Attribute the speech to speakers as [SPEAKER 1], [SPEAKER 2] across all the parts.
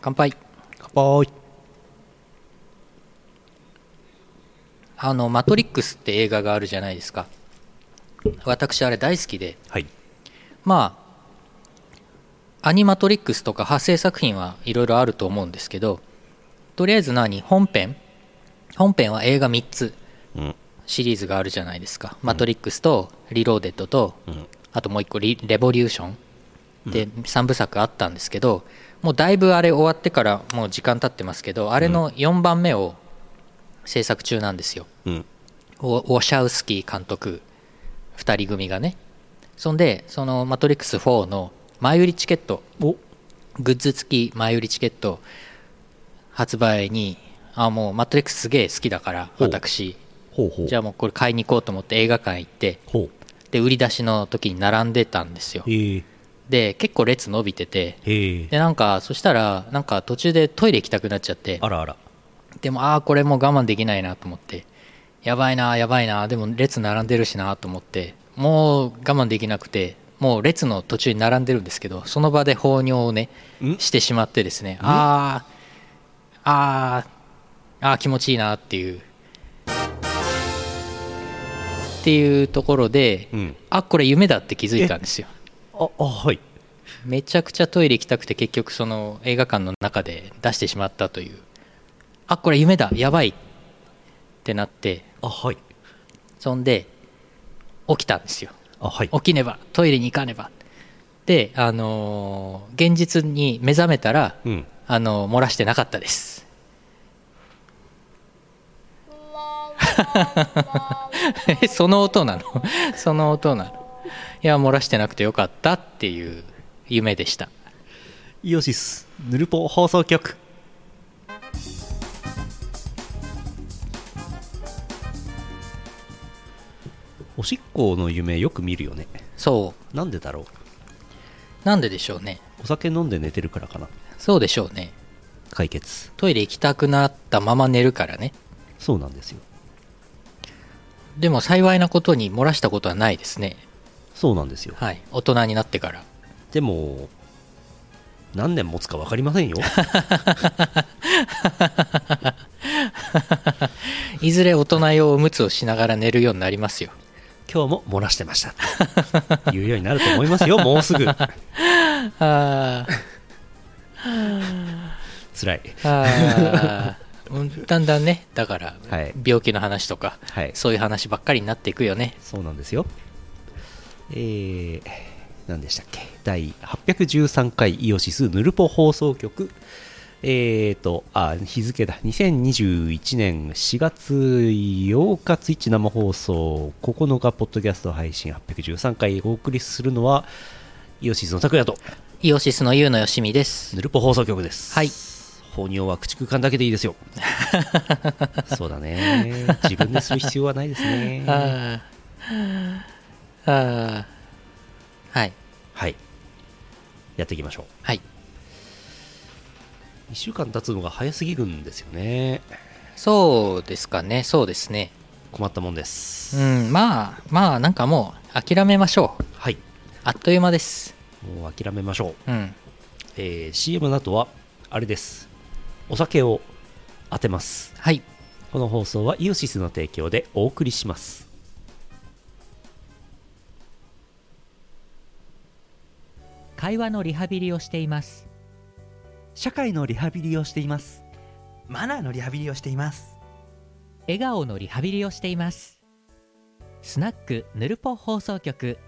[SPEAKER 1] 乾杯
[SPEAKER 2] 乾杯
[SPEAKER 1] あの「マトリックス」って映画があるじゃないですか私あれ大好きで
[SPEAKER 2] はい
[SPEAKER 1] まあアニマトリックスとか派生作品はいろいろあると思うんですけどとりあえず何本編本編は映画3つ
[SPEAKER 2] うん
[SPEAKER 1] シリーズがあるじゃないですか「マトリックス」と「リローデッド」と
[SPEAKER 2] うん
[SPEAKER 1] あともう一個リ「レボリューション」で3部作あったんですけどもうだいぶあれ終わってからもう時間経ってますけどあれの4番目を制作中なんですよ
[SPEAKER 2] うん
[SPEAKER 1] ウォウォシャウスキー監督2人組がねそんでその「マトリックス4」の前売りチケット
[SPEAKER 2] お
[SPEAKER 1] グッズ付き前売りチケット発売にあもう「マトリックス」すげえ好きだから
[SPEAKER 2] ほう
[SPEAKER 1] 私
[SPEAKER 2] ほうほう
[SPEAKER 1] じゃあもうこれ買いに行こうと思って映画館行って
[SPEAKER 2] ほ
[SPEAKER 1] で売り出しの時に並んでたんですよ
[SPEAKER 2] うへえ
[SPEAKER 1] で結構列伸びてて
[SPEAKER 2] へえ
[SPEAKER 1] でなんかそしたらなんか途中でトイレ行きたくなっちゃって
[SPEAKER 2] あらあら
[SPEAKER 1] でもああこれもう我慢できないなと思ってやばいなやばいなでも列並んでるしなと思ってもう我慢できなくてもう列の途中に並んでるんですけどその場で放尿をね
[SPEAKER 2] ん
[SPEAKER 1] してしまってですねあーあーあー気持ちいいなっていうっていうところで、
[SPEAKER 2] うん
[SPEAKER 1] あこれ夢だって気づいたんですよ
[SPEAKER 2] ああはい
[SPEAKER 1] めちゃくちゃトイレ行きたくて結局その映画館の中で出してしまったというあこれ夢だやばいってなって
[SPEAKER 2] あはい
[SPEAKER 1] そんで起きたんですよ
[SPEAKER 2] あはい
[SPEAKER 1] 起きねばトイレに行かねばであのー現実に目覚めたら、
[SPEAKER 2] うん
[SPEAKER 1] あのー漏らしてなかったです えその音なのその音なのいや漏らしてなくてよかったっていう夢でした
[SPEAKER 2] イオシスヌルポ放送局おしっこの夢よく見るよね
[SPEAKER 1] そう
[SPEAKER 2] なんでだろう
[SPEAKER 1] なんででしょうね
[SPEAKER 2] お酒飲んで寝てるからかな
[SPEAKER 1] そうでしょうね
[SPEAKER 2] 解決
[SPEAKER 1] トイレ行きたくなったまま寝るからね
[SPEAKER 2] そうなんですよ
[SPEAKER 1] でも幸いなことに漏らしたことはないですね
[SPEAKER 2] そうなんですよ
[SPEAKER 1] はい大人になってから
[SPEAKER 2] でも何年持つか分かりませんよ
[SPEAKER 1] いずれ大人用おむつをしながら寝るようになりますよ
[SPEAKER 2] 今日も漏らしてましたいうようになると思いますよもうすぐ
[SPEAKER 1] あー
[SPEAKER 2] 辛い
[SPEAKER 1] あーうんだんだんねだから、
[SPEAKER 2] はい
[SPEAKER 1] 病気の話とか、
[SPEAKER 2] はい
[SPEAKER 1] そういう話ばっかりになっていくよね
[SPEAKER 2] そうなんですよ。えー、何でしたっけ第813回イオシスヌルポ放送局。えーと、あ、日付だ。2021年4月8日ツイッチ生放送9日ポッドキャスト配信813回お送りするのは、イオシスの拓也と
[SPEAKER 1] イオシスのゆうのよしみです
[SPEAKER 2] ヌルポ放送局です。
[SPEAKER 1] はい。
[SPEAKER 2] 放尿は駆逐艦だけでいいで すよ。そうだね。自分でする必要はないですね。
[SPEAKER 1] あーあーはい
[SPEAKER 2] はい。やっていきましょう。
[SPEAKER 1] はい
[SPEAKER 2] 1週間経つのが早すぎるんですよね
[SPEAKER 1] そうですかねそうですね
[SPEAKER 2] 困ったもんで
[SPEAKER 1] う
[SPEAKER 2] す、
[SPEAKER 1] ん、まあまあなんかもう諦めましょう
[SPEAKER 2] はい
[SPEAKER 1] あっという間です
[SPEAKER 2] もう諦めましょう、
[SPEAKER 1] うん
[SPEAKER 2] えー CM の後はあれですお酒を当てます
[SPEAKER 1] はい
[SPEAKER 2] この放送はイオシスの提供でお送りします
[SPEAKER 3] 会話のリハビリをしています
[SPEAKER 4] 社会のリハビリをしていますマナーのリハビリをしています
[SPEAKER 3] 笑顔のリハビリをしていますスナックぬるぽ放送局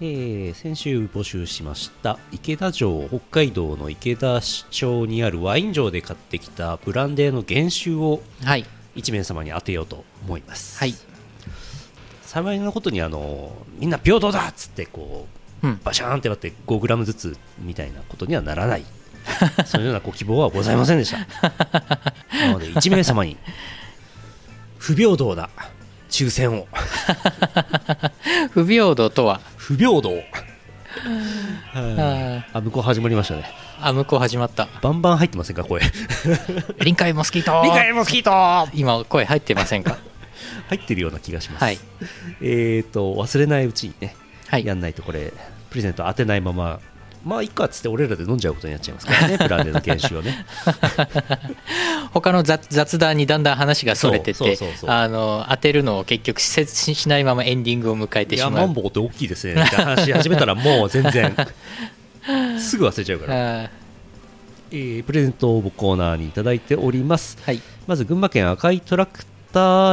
[SPEAKER 2] えー先週募集しました池田城北海道の池田町にあるワイン城で買ってきたブランデーの原酒を
[SPEAKER 1] はい
[SPEAKER 2] 1名様に当てようと思います、
[SPEAKER 1] はい
[SPEAKER 2] 幸いなことにあのみんな平等だっつってこう
[SPEAKER 1] うん
[SPEAKER 2] バシャーンって割って5グラムずつみたいなことにはならないそういうようなご希望はございませんでしたなので1名様に不平等な抽選を
[SPEAKER 1] 不平等とは
[SPEAKER 2] 不平等はいあ向こう始まりましたね
[SPEAKER 1] あ向こう始まった
[SPEAKER 2] バンバン入ってませんか声
[SPEAKER 1] 臨海モスキート
[SPEAKER 2] 理解モスキート
[SPEAKER 1] 今声入ってません か
[SPEAKER 2] 入ってるような気がします、
[SPEAKER 1] はい
[SPEAKER 2] えーと忘れないうちにね、
[SPEAKER 1] はい
[SPEAKER 2] やんないとこれプレゼント当てないまままあいっかっつって俺らで飲んじゃうことになっちゃいま すからねプランでの研修をね
[SPEAKER 1] 他の雑雑談にだんだん話がそれて
[SPEAKER 2] そう
[SPEAKER 1] て
[SPEAKER 2] そうそうそう
[SPEAKER 1] あの当てるのを結局せししないままエンディングを迎えて
[SPEAKER 2] い
[SPEAKER 1] し
[SPEAKER 2] や
[SPEAKER 1] ま
[SPEAKER 2] マ
[SPEAKER 1] う
[SPEAKER 2] ンボウって大きいですねって話し始めたらもう全 然すぐ忘れちゃうから、
[SPEAKER 1] あ
[SPEAKER 2] えープレゼント応募コーナーにいただいております
[SPEAKER 1] ーはい
[SPEAKER 2] まず群馬県赤いトラクタ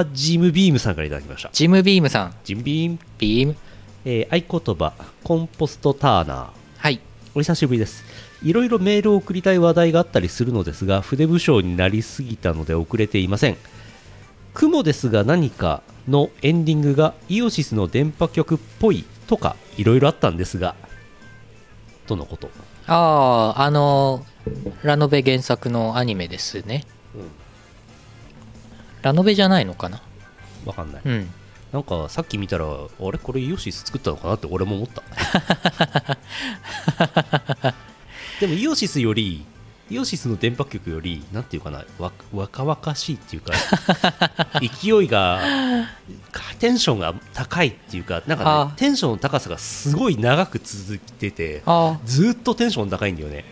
[SPEAKER 2] ージムビームさんからいただきました
[SPEAKER 1] ジムビームさん
[SPEAKER 2] ジムビーム、
[SPEAKER 1] ビーム
[SPEAKER 2] えー合言葉コンポストターナー
[SPEAKER 1] はい
[SPEAKER 2] お久しぶりですいろいろメールを送りたい話題があったりするのですが筆武将になりすぎたので遅れていません「雲ですが何か」のエンディングがイオシスの電波局っぽいとかいろいろあったんですがとのこと、
[SPEAKER 1] あああのラノベ原作のアニメですねラノベじゃないのかな
[SPEAKER 2] わかんない
[SPEAKER 1] うん
[SPEAKER 2] なんかさっき見たらあれこれイオシス作ったのかなって俺も思った でもイオシスよりイオシスの電波局よりなんていうかなわ若々しいっていう か勢いがテンションが高いっていうかなんか、ね
[SPEAKER 1] あ、
[SPEAKER 2] テンションの高さがすごい長く続いてて
[SPEAKER 1] あ
[SPEAKER 2] ずーっとテンション高いんだよね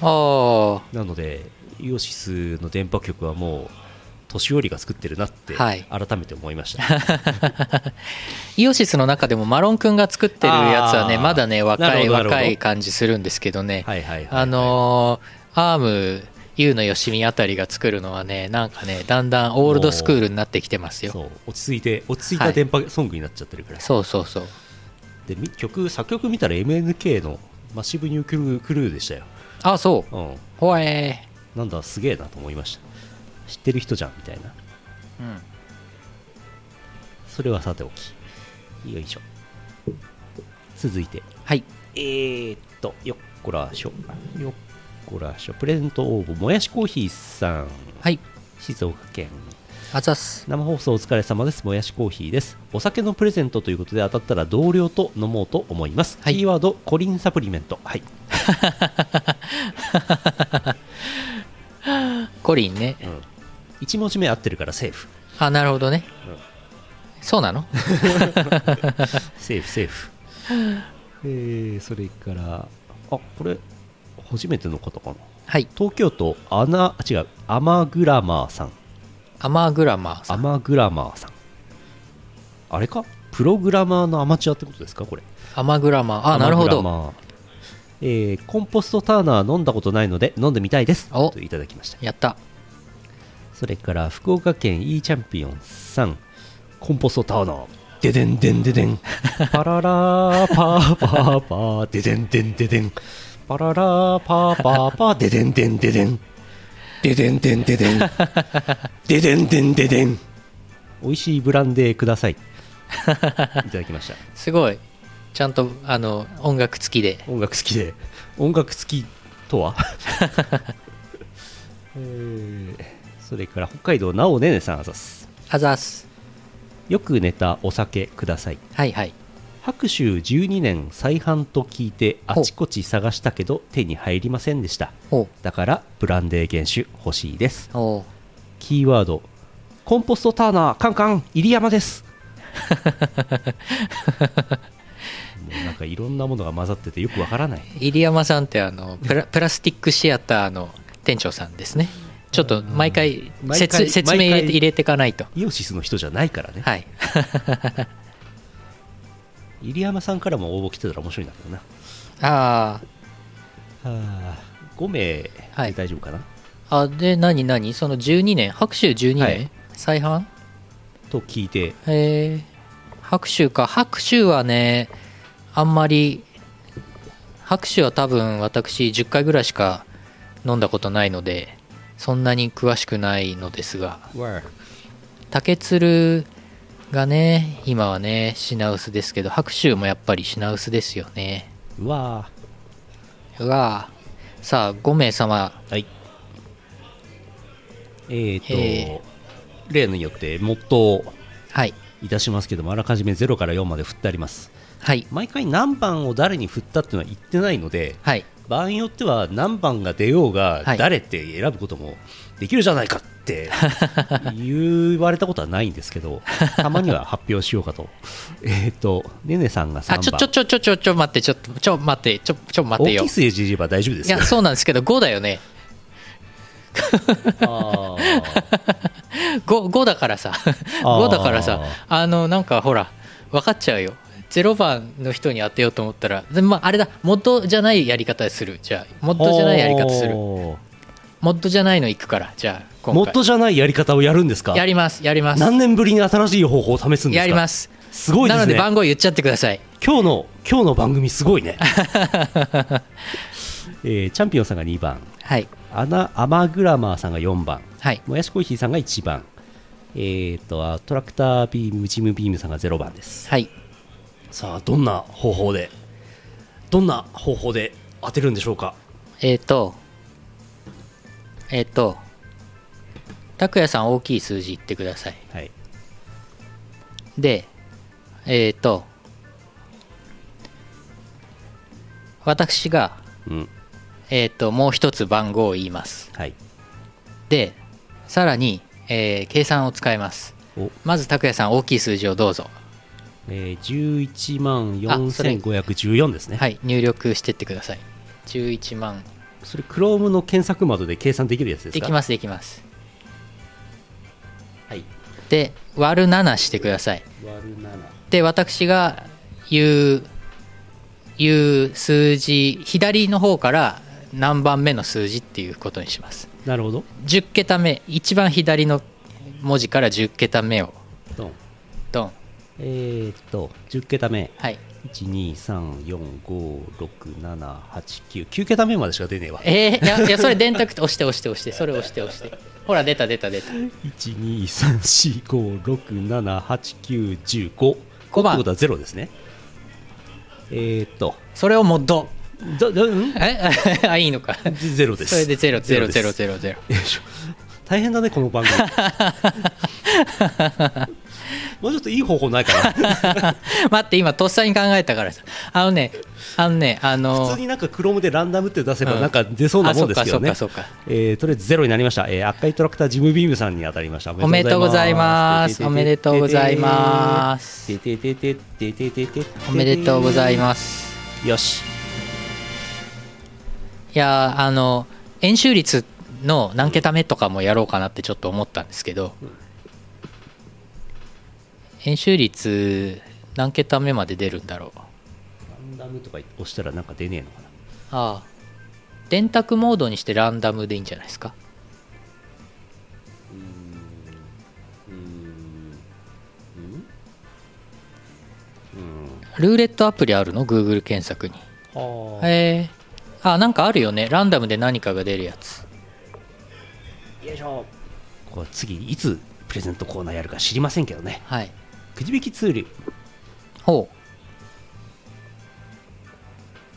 [SPEAKER 1] ああ
[SPEAKER 2] なのでイオシスの電波局はもう年寄りが作ってるなって
[SPEAKER 1] はい
[SPEAKER 2] 改めて思いま した、
[SPEAKER 1] イオシスの中でもマロンくんが作ってるやつはね
[SPEAKER 2] あー
[SPEAKER 1] まだね
[SPEAKER 2] な
[SPEAKER 1] 若
[SPEAKER 2] るほ
[SPEAKER 1] い
[SPEAKER 2] どなるほど
[SPEAKER 1] 若い感じするんですけどね、
[SPEAKER 2] はいはいはいはい
[SPEAKER 1] あのーアーム U のよしみあたりが作るのはねなんかねだんだんオールドスクールになってきてますよ
[SPEAKER 2] そう落ち着いて落ち着いた電波ソングになっちゃってるから、
[SPEAKER 1] そうそうそう
[SPEAKER 2] でみ曲作曲見たら MNK のマシブニュークルークルーでしたよ、
[SPEAKER 1] あそう
[SPEAKER 2] うん、
[SPEAKER 1] ほえ
[SPEAKER 2] なんだすげえなと思いました知ってる人じゃんみたいな
[SPEAKER 1] ーうん
[SPEAKER 2] それはさておきよいしょ続いて
[SPEAKER 1] はい
[SPEAKER 2] えー、っとよっこらしょよっこらしょプレゼント応募もやしコーヒーさん
[SPEAKER 1] はい
[SPEAKER 2] 静岡県
[SPEAKER 1] あざっす
[SPEAKER 2] 生放送お疲れ様ですもやしコーヒーですお酒のプレゼントということで当たったら同僚と飲もうと思います、
[SPEAKER 1] はい
[SPEAKER 2] キーワードコリンサプリメントはい
[SPEAKER 1] コリンね
[SPEAKER 2] うん、1文字目合ってるからセーフ
[SPEAKER 1] あなるほどね、
[SPEAKER 2] うん
[SPEAKER 1] そうなの
[SPEAKER 2] セーフセーフえー、それからあこれ初めての方かな
[SPEAKER 1] はい
[SPEAKER 2] 東京都アナあ違うアマグラマーさん
[SPEAKER 1] アマグラマーさ
[SPEAKER 2] ア
[SPEAKER 1] ん
[SPEAKER 2] マグラマーさんあれかプログラマーのアマチュアってことですかこれ
[SPEAKER 1] アマグラマーあ
[SPEAKER 2] ア
[SPEAKER 1] な
[SPEAKER 2] マ
[SPEAKER 1] るほ
[SPEAKER 2] グラ
[SPEAKER 1] ど
[SPEAKER 2] マーえーコンポストターナー飲んだことないので飲んでみたいです
[SPEAKER 1] お
[SPEAKER 2] といただきました
[SPEAKER 1] やった
[SPEAKER 2] それから福岡県 E チャンピオンさんコンポストターナーででんでんででんパララーパーパーパーででんでんででんパララーパーパーパーででんでんででんででんでんででんででんでんででん美味しいブランデー くださいいただきました
[SPEAKER 1] すごいちゃんとあの音楽付きで
[SPEAKER 2] 音楽好きで音楽好きとはえーそれから北海道なおねねさんあざっす
[SPEAKER 1] あざっす
[SPEAKER 2] よく寝たお酒ください
[SPEAKER 1] はいはい
[SPEAKER 2] 白州12年再販と聞いてあちこち探したけど手に入りませんでした
[SPEAKER 1] お
[SPEAKER 2] だからブランデー原酒欲しいです
[SPEAKER 1] お
[SPEAKER 2] キーワードコンポストターナーカンカン入山ですもうなんかいろんなものが混ざっててよくわからない
[SPEAKER 1] 入山さんってあのプラプラスティックシアターの店長さんですねちょっと毎回
[SPEAKER 2] 毎
[SPEAKER 1] 説
[SPEAKER 2] 回
[SPEAKER 1] 説明入
[SPEAKER 2] 毎
[SPEAKER 1] れ
[SPEAKER 2] 回
[SPEAKER 1] て入れていかないと
[SPEAKER 2] イオシスの人じゃないからね、
[SPEAKER 1] はい
[SPEAKER 2] 入山さんからも応募来てたら面白いんだけどな
[SPEAKER 1] あ
[SPEAKER 2] は5名で
[SPEAKER 1] はい
[SPEAKER 2] 大丈夫かな、
[SPEAKER 1] ーあで何何その12年白州12年、
[SPEAKER 2] はい
[SPEAKER 1] 再販
[SPEAKER 2] と聞いて
[SPEAKER 1] えー、白州か白州はねあんまり白州は多分私10回ぐらいしか飲んだことないのでそんなに詳しくないのですが竹鶴がね今はね品薄ですけど白州もやっぱり品薄ですよね
[SPEAKER 2] うわ
[SPEAKER 1] うわぁさあ5名様
[SPEAKER 2] はい。えーと、
[SPEAKER 1] え
[SPEAKER 2] 例によって、モットー
[SPEAKER 1] はい
[SPEAKER 2] いたしますけどもあらかじめ0から4まで振ってあります
[SPEAKER 1] はい
[SPEAKER 2] 毎回何番を誰に振ったっていうのは言ってないので
[SPEAKER 1] はい
[SPEAKER 2] 場合によっては何番が出ようが
[SPEAKER 1] はい
[SPEAKER 2] 誰って選ぶこともできるじゃないかって 言われたことはないんですけどたまには発表しようかとえっとねねさんが3
[SPEAKER 1] あ
[SPEAKER 2] 番
[SPEAKER 1] ちょちょちょちょちょちょ待ってちょっとちょ待ってちょちょ待って
[SPEAKER 2] 大
[SPEAKER 1] よ
[SPEAKER 2] きい数字で言えば大丈夫で
[SPEAKER 1] い
[SPEAKER 2] すよ
[SPEAKER 1] やそうなんですけど5だよね
[SPEAKER 2] あー
[SPEAKER 1] 5, 5だからさ
[SPEAKER 2] あー
[SPEAKER 1] 5だからさあのなんかほら分かっちゃうよ0番の人に当てようと思ったらで、まあ、あれだモッドじゃないやり方するじゃあモッドじゃないやり方する
[SPEAKER 2] おー
[SPEAKER 1] モッドじゃないの行くからじゃあ今回
[SPEAKER 2] もっとじゃないやり方をやるんですか
[SPEAKER 1] やりますやります
[SPEAKER 2] 何年ぶりに新しい方法を試すんですか
[SPEAKER 1] やります
[SPEAKER 2] すごいで
[SPEAKER 1] な
[SPEAKER 2] す
[SPEAKER 1] ので
[SPEAKER 2] ね
[SPEAKER 1] 番号言っちゃってください
[SPEAKER 2] 今日の今日の番組すご いね、えーチャンピオンさんが2番
[SPEAKER 1] はい
[SPEAKER 2] アナアマグラマーさんが4番
[SPEAKER 1] はい
[SPEAKER 2] もやしコーヒーさんが1番えー、とあトラクタービームジムビームさんが0番です
[SPEAKER 1] はい
[SPEAKER 2] さあどんな方法でどんな方法で当てるんでしょうか
[SPEAKER 1] えっ、とえっ、と拓也さん大きい数字言ってください
[SPEAKER 2] はい
[SPEAKER 1] でえっ、と私が、
[SPEAKER 2] うん
[SPEAKER 1] えっともう一つ番号を言います
[SPEAKER 2] はい
[SPEAKER 1] でさらに、えー計算を使います
[SPEAKER 2] お
[SPEAKER 1] まず拓也さん大きい数字をどうぞ
[SPEAKER 2] えー、11万
[SPEAKER 1] あそれ
[SPEAKER 2] 4514ですね
[SPEAKER 1] はい入力してってください11万
[SPEAKER 2] それ Chrome の検索窓で計算できるやつですか
[SPEAKER 1] できますできます
[SPEAKER 2] はい
[SPEAKER 1] で割る7してください
[SPEAKER 2] 割る7
[SPEAKER 1] で私が言う言う数字左の方から何番目の数字っていうことにします
[SPEAKER 2] なるほど
[SPEAKER 1] 10桁目一番左の文字から10桁目を
[SPEAKER 2] ドン
[SPEAKER 1] ドン
[SPEAKER 2] えー、っと10桁目
[SPEAKER 1] はい
[SPEAKER 2] 123456789桁目までしか出ねえわ
[SPEAKER 1] えー、いやいやそれ電卓って押して押して押してそれ押して押してほら出た出た出た
[SPEAKER 2] 12345678910
[SPEAKER 1] 五番
[SPEAKER 2] ってことはゼロですねえー、っと
[SPEAKER 1] それをモッド
[SPEAKER 2] だだうん
[SPEAKER 1] え あいいのか
[SPEAKER 2] ゼロです
[SPEAKER 1] それでゼロゼロ
[SPEAKER 2] です
[SPEAKER 1] ゼロゼロゼ ロ
[SPEAKER 2] よいしょ大変だねこの 番組もうちょっといい方法ないかな
[SPEAKER 1] 待って今とっさに考えたからさあのねあのねあの
[SPEAKER 2] 普通になんかクロームでランダムって出せ
[SPEAKER 1] う
[SPEAKER 2] ば
[SPEAKER 1] ん
[SPEAKER 2] なんか出そうなもんですけどね、
[SPEAKER 1] あそうかそうかそう
[SPEAKER 2] えーとりあえずゼロになりました、えー赤いトラクタージムビームさんに当たりました
[SPEAKER 1] おめでとうございます
[SPEAKER 2] おめでとうございます
[SPEAKER 1] おおめでとうございます
[SPEAKER 2] よし
[SPEAKER 1] いやーあの円周率の何桁目とかもやろうかなってちょっと思ったんですけど、円周率何桁目まで出るんだろう
[SPEAKER 2] ランダムとか押したらなんか出ねえのかな
[SPEAKER 1] ああ電卓モードにしてランダムでいいんじゃないですかルーレットアプリあるの Google 検索に
[SPEAKER 2] は
[SPEAKER 1] へえあなんかあるよねランダムで何かが出るやつ
[SPEAKER 2] いよいしょこう次いつプレゼントコーナーやるか知りませんけどね
[SPEAKER 1] はい
[SPEAKER 2] くじ引きツール、
[SPEAKER 1] ほう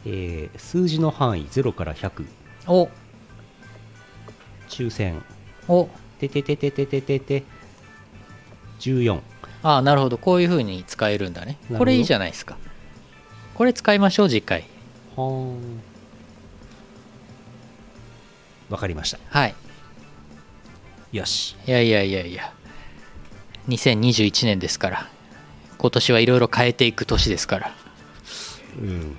[SPEAKER 2] えー数字の範囲0から100
[SPEAKER 1] お
[SPEAKER 2] 抽選
[SPEAKER 1] お
[SPEAKER 2] てててててててて14
[SPEAKER 1] ああなるほどこういうふうに使えるんだね
[SPEAKER 2] ほど
[SPEAKER 1] これいいじゃないですかこれ使いましょう次回
[SPEAKER 2] はんわかりました
[SPEAKER 1] はい
[SPEAKER 2] よし
[SPEAKER 1] いやいやいやいや2021年ですから今年はいろいろ変えていく年ですから
[SPEAKER 2] うん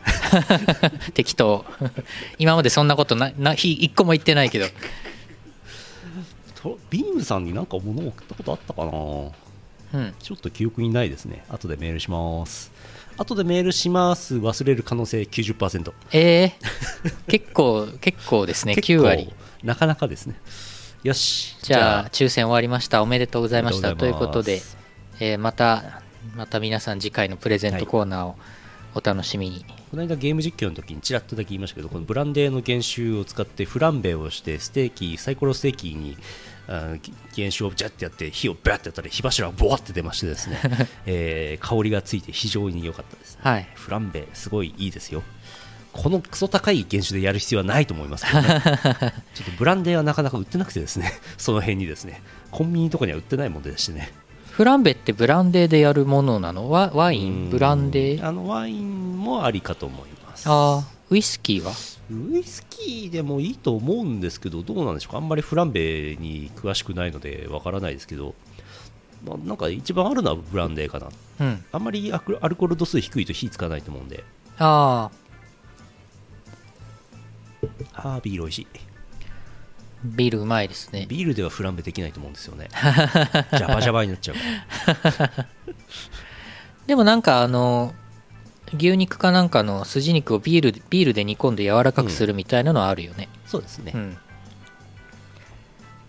[SPEAKER 1] 適当 今までそんなことななひ一個も言ってないけど
[SPEAKER 2] とビームさんになんか物を送ったことあったかな
[SPEAKER 1] うん
[SPEAKER 2] ちょっと記憶にないですね後でメールします後でメールします忘れる可能性90%
[SPEAKER 1] えー、結構結構ですね
[SPEAKER 2] 結
[SPEAKER 1] 9
[SPEAKER 2] 構
[SPEAKER 1] 割
[SPEAKER 2] なかなかですねよし
[SPEAKER 1] じゃあ抽選終わりましたおめでとうございました
[SPEAKER 2] おめ
[SPEAKER 1] とい
[SPEAKER 2] で
[SPEAKER 1] う
[SPEAKER 2] とうご
[SPEAKER 1] こと
[SPEAKER 2] ざい
[SPEAKER 1] で
[SPEAKER 2] ま、す
[SPEAKER 1] えーまたまた皆さん次回のプレゼントコーナーをお楽しみに、
[SPEAKER 2] この間ゲーム実況の時にちらっとだけ言いましたけどこのブランデーの原酒を使ってフランベをしてステーキサイコロステーキにあー原酒をジャッてやって火をバッてやったら火柱がボワって出ましてです ね、えー香りがついて非常に良かったです
[SPEAKER 1] はい
[SPEAKER 2] フランベすごいいいですよこのクソ高い原酒でやる必要はないと思いますけどね ちょっとブランデーはなかなか売ってなくてですねその辺にですねコンビニとかには売ってないものでしてね
[SPEAKER 1] フランベってブランデーでやるものなのワワインブランデー
[SPEAKER 2] あのワインもありかと思います
[SPEAKER 1] ああウイスキーは
[SPEAKER 2] ウイスキーでもいいと思うんですけどどうなんでしょうかあんまりフランベに詳しくないのでわからないですけど、まあ、なんか一番あるのはブランデーかな
[SPEAKER 1] うん
[SPEAKER 2] あんまりアクアルコール度数低いと火つかないと思うんで
[SPEAKER 1] ああ
[SPEAKER 2] あービール美味し
[SPEAKER 1] ビールうまいです
[SPEAKER 2] い
[SPEAKER 1] ね
[SPEAKER 2] ビールではフランベできないと思うんですよ ねジャバジャバになっちゃうから
[SPEAKER 1] でもなんかあの牛肉かなんかの筋肉をビールビールで煮込んで柔らかくするみたいなのはあるよね、
[SPEAKER 2] そうですね
[SPEAKER 1] う、ん、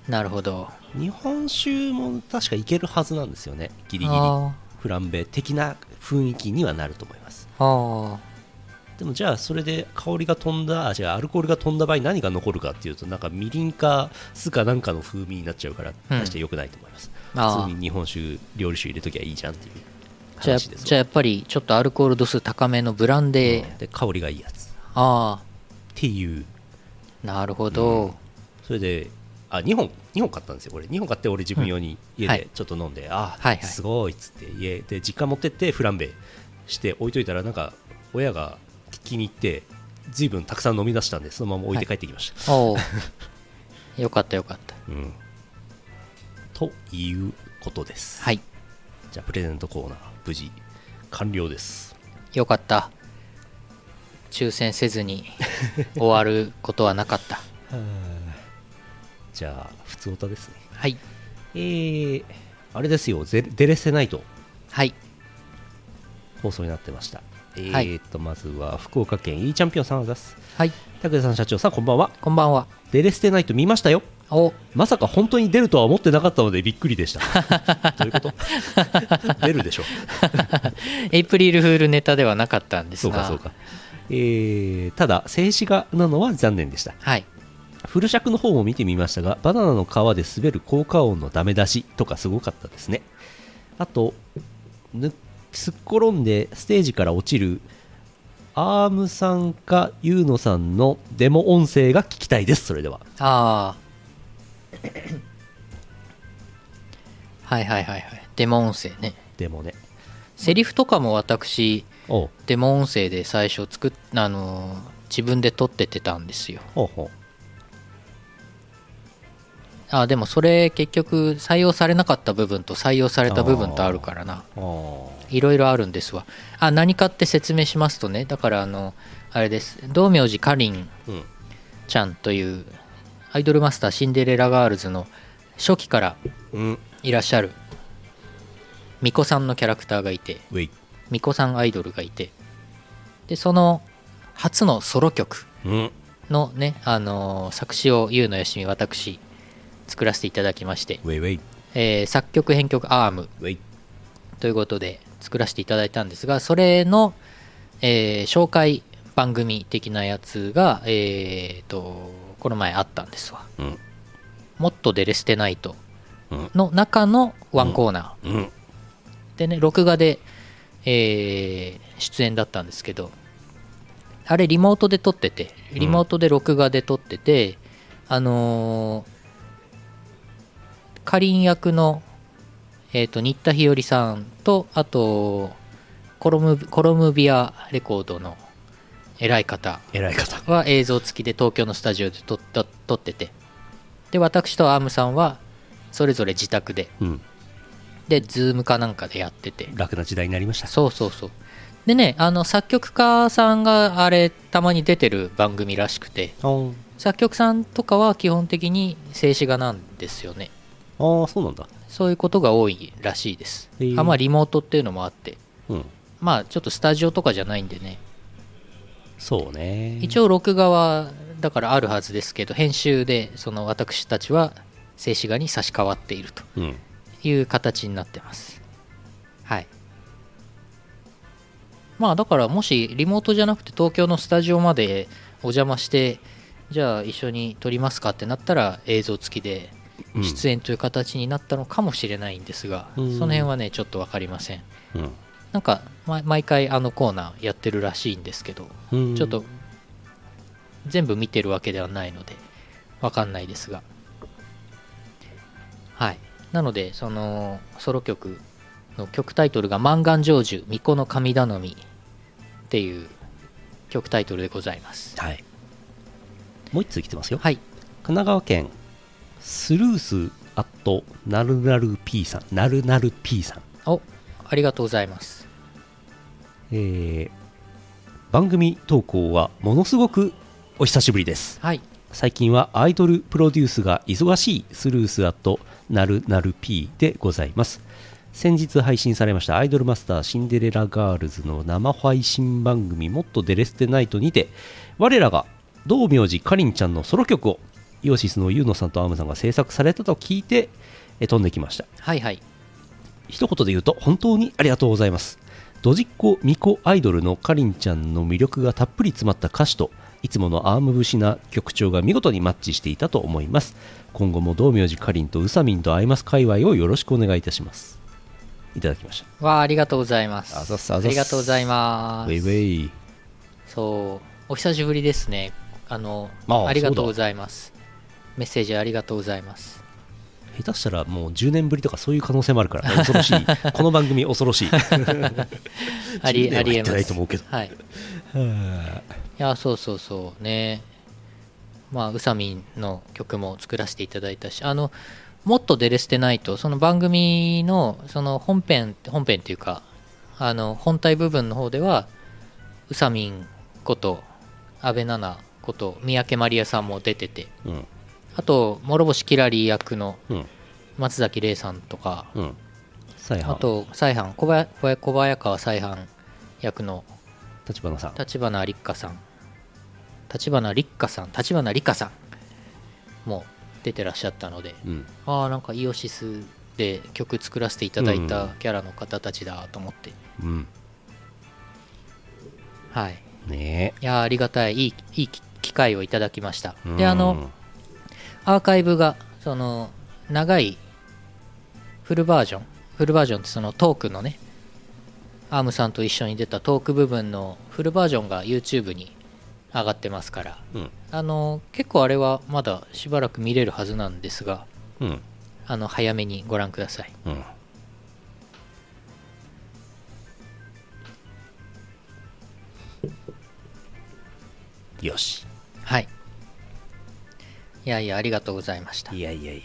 [SPEAKER 1] なるほど
[SPEAKER 2] 日本酒も確かいけるはずなんですよねギリギリ
[SPEAKER 1] あ
[SPEAKER 2] フランベ的な雰囲気にはなると思います
[SPEAKER 1] ーあ
[SPEAKER 2] でもじゃあそれで香りが飛んだあ違うアルコールが飛んだ場合何が残るかっていうとなんかみりんか酢かなんかの風味になっちゃうから
[SPEAKER 1] うん
[SPEAKER 2] 大して良くないと思います、
[SPEAKER 1] あー
[SPEAKER 2] 普通に日本酒料理酒入れときゃいいじゃんっていう
[SPEAKER 1] ーじゃあ
[SPEAKER 2] 話です
[SPEAKER 1] じゃあやっぱりちょっとアルコール度数高めのブランデー、
[SPEAKER 2] で香りがいいやつっ
[SPEAKER 1] あ
[SPEAKER 2] ていう
[SPEAKER 1] あなるほど、
[SPEAKER 2] それであ2本二本買ったんですよ俺2本買って俺自分用に家
[SPEAKER 1] は
[SPEAKER 2] で
[SPEAKER 1] い
[SPEAKER 2] ちょっと飲んで、あー
[SPEAKER 1] はいはい
[SPEAKER 2] すごいっつって家で実家持ってってフランベして置いといたらなんか親が気に入ってずいぶんたくさん飲み出したんでそのまま置いて帰ってきました、
[SPEAKER 1] おおよかったよかった
[SPEAKER 2] うん、ということです、
[SPEAKER 1] はい
[SPEAKER 2] じゃあプレゼントコーナー無事完了です
[SPEAKER 1] よかった抽選せずに終わることはなかった
[SPEAKER 2] じゃあ普通歌ですね
[SPEAKER 1] はい
[SPEAKER 2] えー、あれですよゼデレセナイト
[SPEAKER 1] はい
[SPEAKER 2] 放送になってましたえ
[SPEAKER 1] はい
[SPEAKER 2] ーと、まずは福岡県 E チャンピオンさんあざす
[SPEAKER 1] はい
[SPEAKER 2] 拓也さん社長さんこんばんは
[SPEAKER 1] こんばんは
[SPEAKER 2] デレステナイト見ましたよ
[SPEAKER 1] お
[SPEAKER 2] まさか本当に出るとは思ってなかったのでびっくり でしたどういうこと出るでしょ
[SPEAKER 1] エイプリルフールネタではなかったんです
[SPEAKER 2] そう
[SPEAKER 1] が
[SPEAKER 2] かそうかえー、ただ静止画なのは残念でした
[SPEAKER 1] はい
[SPEAKER 2] フル尺の方も見てみましたがバナナの皮で滑る効果音のダメ出しとかすごかったですねあとぬすっ転んでステージから落ちるアームさんかユーノさんのデモ音声が聞きたいですそれでは
[SPEAKER 1] ああはいはいはいはいデモ音声ね
[SPEAKER 2] デモね
[SPEAKER 1] セリフとかも私
[SPEAKER 2] おう
[SPEAKER 1] デモ音声で最初作っあのー自分で撮っててたんですよ
[SPEAKER 2] ほうほ
[SPEAKER 1] あでもそれ結局採用されなかった部分と採用された部分とあるからな
[SPEAKER 2] うおう
[SPEAKER 1] いろいろあるんですわあ何かって説明しますとねだからあのあれです道明寺かりん
[SPEAKER 2] うん
[SPEAKER 1] ちゃんというアイドルマスターシンデレラガールズの初期から
[SPEAKER 2] うん
[SPEAKER 1] いらっしゃる巫女さんのキャラクターがいて
[SPEAKER 2] ウェイ
[SPEAKER 1] 巫女さんアイドルがいてでその初のソロ曲
[SPEAKER 2] うん
[SPEAKER 1] のね、あのー作詞を優のよしみ私作らせていただきまして、
[SPEAKER 2] ウェイウェイ
[SPEAKER 1] えー作曲編曲アーム
[SPEAKER 2] ウェイ
[SPEAKER 1] ということで作らせていただいたんですがそれの、えー紹介番組的なやつが、えー、とこの前あったんですわ
[SPEAKER 2] うん
[SPEAKER 1] 「もっとデレステナイト
[SPEAKER 2] うん」
[SPEAKER 1] の中のワンコーナ
[SPEAKER 2] うん
[SPEAKER 1] ーでね録画で、えー出演だったんですけどあれリモートで撮っててリモートで録画で撮ってて、あのー、かりん役のえー、と新田日和さんとあとコロムコロムビアレコードの偉い方
[SPEAKER 2] 偉い方
[SPEAKER 1] は映像付きで東京のスタジオで撮った撮っててで私とアームさんはそれぞれ自宅で
[SPEAKER 2] うん
[SPEAKER 1] でズームかなんかでやってて
[SPEAKER 2] 楽な時代になりました
[SPEAKER 1] そうそうそうでねあの作曲家さんがあれたまに出てる番組らしくて
[SPEAKER 2] あー
[SPEAKER 1] 作曲さんとかは基本的に静止画なんですよね
[SPEAKER 2] あーそうなんだ
[SPEAKER 1] そういうことが多いらしいです、
[SPEAKER 2] へー
[SPEAKER 1] あまあリモートっていうのもあって
[SPEAKER 2] うん
[SPEAKER 1] まあちょっとスタジオとかじゃないんでね、
[SPEAKER 2] そうね
[SPEAKER 1] 一応録画はだからあるはずですけど、編集でその私たちは静止画に差し替わっていると
[SPEAKER 2] うん
[SPEAKER 1] いう形になってます。はい。まあだからもしリモートじゃなくて東京のスタジオまでお邪魔して、じゃあ一緒に撮りますかってなったら映像付きで
[SPEAKER 2] うん
[SPEAKER 1] 出演という形になったのかもしれないんですが、
[SPEAKER 2] うん
[SPEAKER 1] その辺はね、ちょっと分かりません。
[SPEAKER 2] うん
[SPEAKER 1] なんか、ま毎回あのコーナーやってるらしいんですけど、
[SPEAKER 2] うん
[SPEAKER 1] ちょっと全部見てるわけではないのでわかんないですがはいなのでそのソロ曲の曲タイトルが「満願成就巫女の神頼み」っていう曲タイトルでございます
[SPEAKER 2] はい。もう一通来てますよ。
[SPEAKER 1] はい
[SPEAKER 2] 神奈川県スルースアットなるなる P さんなるなる P さん、
[SPEAKER 1] おありがとうございます
[SPEAKER 2] えー番組投稿はものすごくお久しぶりです
[SPEAKER 1] はい
[SPEAKER 2] 最近はアイドルプロデュースが忙しいスルースアットなるなる P でございます先日配信されましたアイドルマスターシンデレラガールズの生配信番組もっとデレステナイトにて我らが道明寺かりんちゃんのソロ曲をイオシスのユーノさんとアームさんが制作されたと聞いてえ飛んできました
[SPEAKER 1] はいはい
[SPEAKER 2] 一言で言うと本当にありがとうございますドジっ子巫女アイドルのかりんちゃんの魅力がたっぷり詰まった歌詞といつものアーム節な曲調が見事にマッチしていたと思います今後も道明寺かりんとうさみんとアイマス界隈をよろしくお願いいたしますいただきまし
[SPEAKER 1] わあありがとうございます
[SPEAKER 2] あざっすあざっす
[SPEAKER 1] ありがとうござい
[SPEAKER 2] た
[SPEAKER 1] ま
[SPEAKER 2] ウ
[SPEAKER 1] す
[SPEAKER 2] ェイウェイ
[SPEAKER 1] そうお久しぶりですねあの
[SPEAKER 2] あ
[SPEAKER 1] あ
[SPEAKER 2] あ
[SPEAKER 1] りがとうございますメッセージありがとうございます
[SPEAKER 2] 下手したらもう10年ぶりとかそういう可能性もあるからね恐ろしい この番組恐ろし い
[SPEAKER 1] あり
[SPEAKER 2] 10年は
[SPEAKER 1] ありえ
[SPEAKER 2] 言って
[SPEAKER 1] ま
[SPEAKER 2] ないと
[SPEAKER 1] す
[SPEAKER 2] 思うけど
[SPEAKER 1] はいいやそうそうそうねまあうさみんの曲も作らせていただいたしあのもっとデレステないとその番組のその本編本編っていうかあの本体部分の方ではうさみんこと阿部奈々こと三宅まりやさんも出てて
[SPEAKER 2] うん
[SPEAKER 1] あと諸星キラリ役の
[SPEAKER 2] うん
[SPEAKER 1] 松崎玲さんとか
[SPEAKER 2] うん再
[SPEAKER 1] あ
[SPEAKER 2] 犯
[SPEAKER 1] と再犯小早小早小早川再犯役の
[SPEAKER 2] 立花さん
[SPEAKER 1] 立花立花さん立花立花さん立花立花さんも出てらっしゃったので
[SPEAKER 2] うん
[SPEAKER 1] ああなんかイオシスで曲作らせていただい
[SPEAKER 2] うん
[SPEAKER 1] たキャラの方たちだと思って、
[SPEAKER 2] うん
[SPEAKER 1] はい
[SPEAKER 2] ね
[SPEAKER 1] いやーありがたいいいいいき機会をいただきました
[SPEAKER 2] え
[SPEAKER 1] であ
[SPEAKER 2] う
[SPEAKER 1] の
[SPEAKER 2] ん
[SPEAKER 1] アーカイブがその長いフルバージョンフルバージョンってそのトークのねアームさんと一緒に出たトーク部分のフルバージョンが YouTube に上がってますから
[SPEAKER 2] うん
[SPEAKER 1] あの結構あれはまだしばらく見れるはずなんですが
[SPEAKER 2] うん
[SPEAKER 1] あの早めにご覧ください
[SPEAKER 2] うんよし
[SPEAKER 1] はいいやいやありがとうございました
[SPEAKER 2] いやいやいやいや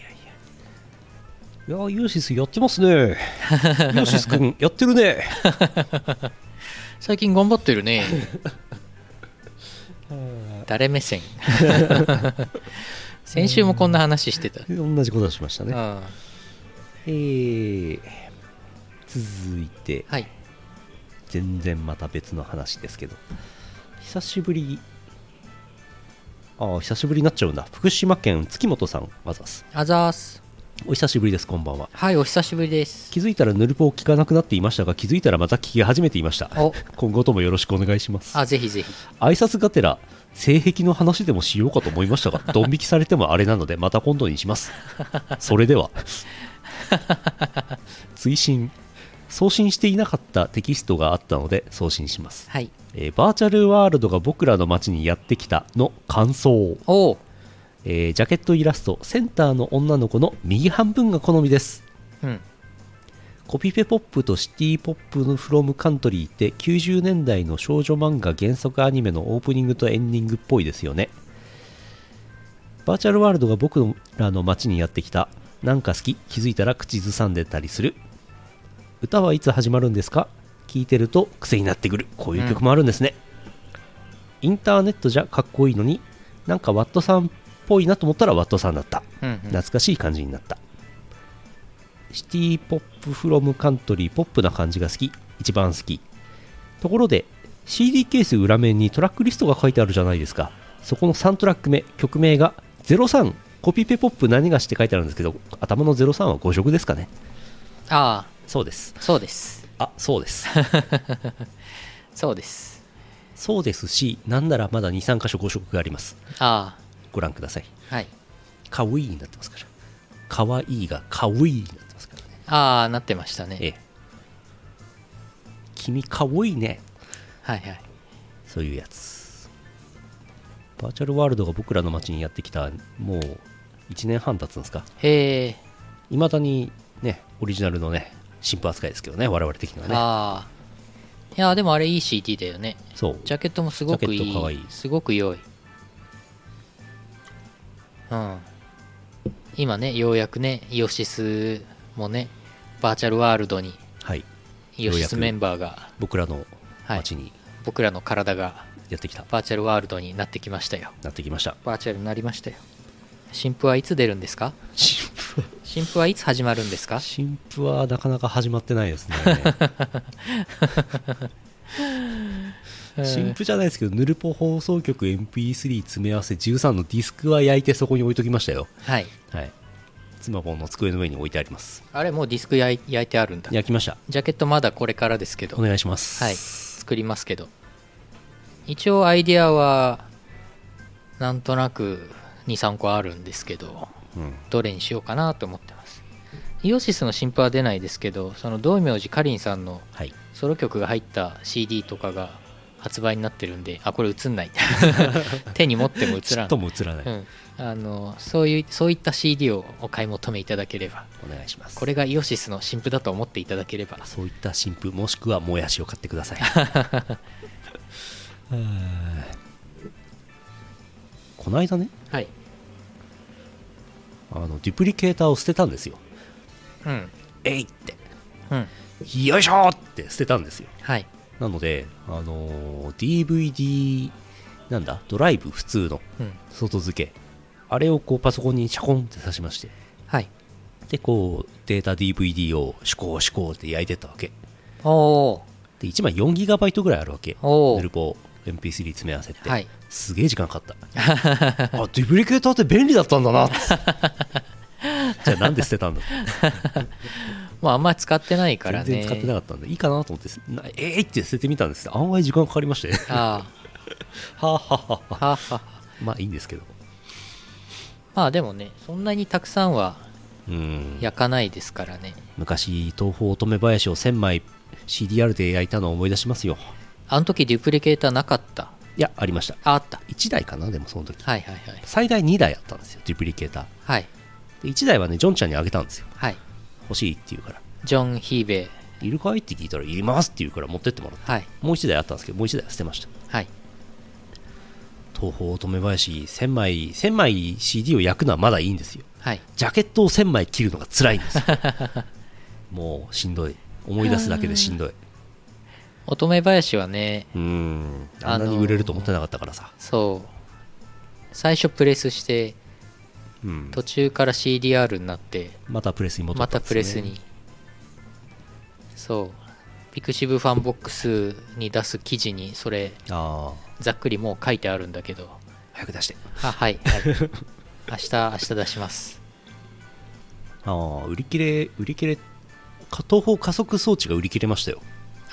[SPEAKER 2] いやーユーシスやってます ねユーシスくんやってるね
[SPEAKER 1] 最近頑張ってるね 誰目 線先週もこんな話してた、
[SPEAKER 2] 同じことしました
[SPEAKER 1] うん、
[SPEAKER 2] ね
[SPEAKER 1] は
[SPEAKER 2] えー続いて
[SPEAKER 1] い
[SPEAKER 2] 全然また別の話ですけど久しぶりああ久しぶりになっちゃうんだ福島県月本さんわざわざ
[SPEAKER 1] あざーす
[SPEAKER 2] お久しぶりですこんばんは
[SPEAKER 1] はいお久しぶりです
[SPEAKER 2] 気づいたらヌルポを聞かなくなっていましたが気づいたらまた聞き始めていました
[SPEAKER 1] お
[SPEAKER 2] 今後ともよろしくお願いします
[SPEAKER 1] あぜひぜひ
[SPEAKER 2] 挨拶がてら性癖の話でもしようかと思いました がドン引きされてもあれなのでまた今度にしますそれでは追伸送信していなかったテキストがあったので送信します
[SPEAKER 1] はい
[SPEAKER 2] えーバーチャルワールドが僕らの街にやってきたの感想、
[SPEAKER 1] おう
[SPEAKER 2] えージャケットイラストセンターの女の子の右半分が好みです
[SPEAKER 1] うん
[SPEAKER 2] コピペポップとシティポップのフロムカントリーって90年代の少女漫画原作アニメのオープニングとエンディングっぽいですよねバーチャルワールドが僕らの街にやってきたなんか好き気づいたら口ずさんでたりする歌はいつ始まるんですか聞いてると癖になってくるこういう曲もあるんですね、インターネットじゃかっこいいのになんかワットさんっぽいなと思ったらワットさんだった
[SPEAKER 1] うんうん
[SPEAKER 2] 懐かしい感じになったシティポップフロムカントリーポップな感じが好き一番好きところで CD ケース裏面にトラックリストが書いてあるじゃないですかそこの3トラック目曲名が03コピペポップ何がしって書いてあるんですけど頭の03は5色ですかね
[SPEAKER 1] あ
[SPEAKER 2] そうです
[SPEAKER 1] あそうです
[SPEAKER 2] あそうです
[SPEAKER 1] そうです
[SPEAKER 2] そうですしなんならまだ23箇所5色があります
[SPEAKER 1] あ
[SPEAKER 2] ご覧ください
[SPEAKER 1] あはい
[SPEAKER 2] かわいいになってますからかわいいがかわいいになってますからね
[SPEAKER 1] ああなってましたね、
[SPEAKER 2] ええ君かわいいね
[SPEAKER 1] はいはい
[SPEAKER 2] そういうやつバーチャルワールドが僕らの街にやってきたもう1年半経つんですか
[SPEAKER 1] へえ
[SPEAKER 2] いまだにねオリジナルのね新婦扱いですけどね我々的にはね
[SPEAKER 1] ああいやでもあれいい CT だよね
[SPEAKER 2] そう
[SPEAKER 1] ジャケットもすごくい
[SPEAKER 2] ジャケット可
[SPEAKER 1] い
[SPEAKER 2] 愛い
[SPEAKER 1] すごく良いうん今ねようやくねイオシスもねバーチャルワールドに
[SPEAKER 2] はい
[SPEAKER 1] イオシス
[SPEAKER 2] ようやく
[SPEAKER 1] メンバーが
[SPEAKER 2] 僕らの
[SPEAKER 1] はい
[SPEAKER 2] 町に
[SPEAKER 1] 僕らの体が
[SPEAKER 2] やってきた
[SPEAKER 1] バーチャルワールドになってきましたよ
[SPEAKER 2] なってきました
[SPEAKER 1] バーチャルになりましたよ新婦はいつ出るんですか
[SPEAKER 2] 新婦は
[SPEAKER 1] 新婦はいつ始まるんですか
[SPEAKER 2] 新婦はなかなか始まってないです ね新婦じゃないですけどヌルポ放送局 MP3 詰め合わせ13のディスクは焼いてそこに置いときましたよ
[SPEAKER 1] はい
[SPEAKER 2] はい妻本の机の上に置いてあります
[SPEAKER 1] あれもうディスク焼い焼いてあるんだ
[SPEAKER 2] 焼きました
[SPEAKER 1] ジャケットまだこれからですけど
[SPEAKER 2] お願いします
[SPEAKER 1] はい、作りますけど一応アイディアはなんとなく23個あるんですけど
[SPEAKER 2] うん
[SPEAKER 1] どれにしようかなと思ってますイオシスの新譜は出ないですけどその道明寺かりんさんの
[SPEAKER 2] はい
[SPEAKER 1] ソロ曲が入った CD とかが発売になってるんであこれ映んない 手に持っても映
[SPEAKER 2] ち
[SPEAKER 1] ら
[SPEAKER 2] っ
[SPEAKER 1] ん
[SPEAKER 2] とも映らない、
[SPEAKER 1] うん、あのそういうそういった CD をお買い求めいただければ
[SPEAKER 2] お願いします
[SPEAKER 1] これがイオシスの新譜だと思っていただければ
[SPEAKER 2] そういった新婦もしくはもやしを買ってくだ さいうんこの間ね
[SPEAKER 1] はい
[SPEAKER 2] あのデュプリケーターを捨てたんですよ
[SPEAKER 1] うん
[SPEAKER 2] えいって
[SPEAKER 1] うん
[SPEAKER 2] よいしょって捨てたんですよ
[SPEAKER 1] はい
[SPEAKER 2] なのであのー DVD なんだドライブ普通の
[SPEAKER 1] うん
[SPEAKER 2] 外付けあれをこうパソコンにシャコンって刺しまして
[SPEAKER 1] はい
[SPEAKER 2] でこうデータ DVD をシュコーシュコーって焼いてったわけ
[SPEAKER 1] おお
[SPEAKER 2] で1枚 4GB ぐらいあるわけ
[SPEAKER 1] おー
[SPEAKER 2] ヌルポ MP3 詰め合わせって、
[SPEAKER 1] はい
[SPEAKER 2] すげえ時間かかった あデュプリケーターって便利だったんだな じゃあなんで捨てたんだ
[SPEAKER 1] まああんまり使ってないからね
[SPEAKER 2] 全然使ってなかったんでいいかなと思ってなえー、って捨ててみたんですけど案外時間かかりまして
[SPEAKER 1] あ
[SPEAKER 2] はあはあはあ
[SPEAKER 1] あはあはあ
[SPEAKER 2] まあいいんですけど
[SPEAKER 1] まあでもねそんなにたくさんは
[SPEAKER 2] うん
[SPEAKER 1] 焼かないですからね
[SPEAKER 2] 昔東宝乙女林を1000枚 CDR で焼いたのを思い出しますよ
[SPEAKER 1] あの時デュプリケーターなかった
[SPEAKER 2] いやありました
[SPEAKER 1] ああった
[SPEAKER 2] 1台かなでもその時
[SPEAKER 1] はいはいはい
[SPEAKER 2] 最大2台あったんですよデュプリケーター
[SPEAKER 1] はい
[SPEAKER 2] で1台はねジョンちゃんにあげたんですよ
[SPEAKER 1] はい
[SPEAKER 2] 欲しいって言うから
[SPEAKER 1] ジョン・ヒーベイ
[SPEAKER 2] いるかいって聞いたらいりますって言うから持ってってもらった
[SPEAKER 1] はい
[SPEAKER 2] もう1台あったんですけどもう1台は捨てました
[SPEAKER 1] はい
[SPEAKER 2] 東宝乙女林1000枚1000枚 CD を焼くのはまだいいんですよ
[SPEAKER 1] はい
[SPEAKER 2] ジャケットを1000枚切るのが辛いん ですよもうしんどい思い出すだけでしんどい
[SPEAKER 1] 乙女林はね
[SPEAKER 2] うーんあんなに売れると思ってなかったからさ、
[SPEAKER 1] そう最初プレスして
[SPEAKER 2] うん、
[SPEAKER 1] 途中から CDR になって
[SPEAKER 2] またプレスに戻
[SPEAKER 1] ま
[SPEAKER 2] った
[SPEAKER 1] た
[SPEAKER 2] んです
[SPEAKER 1] プ
[SPEAKER 2] ね
[SPEAKER 1] レスにそうピクシブファンボックスに出す記事にそれ
[SPEAKER 2] ああ
[SPEAKER 1] ざっくりもう書いてあるんだけど
[SPEAKER 2] 早く出して
[SPEAKER 1] あはい、はい、明日明日出します
[SPEAKER 2] ああ売り切れ売り切れか東宝加速装置が売り切れましたよ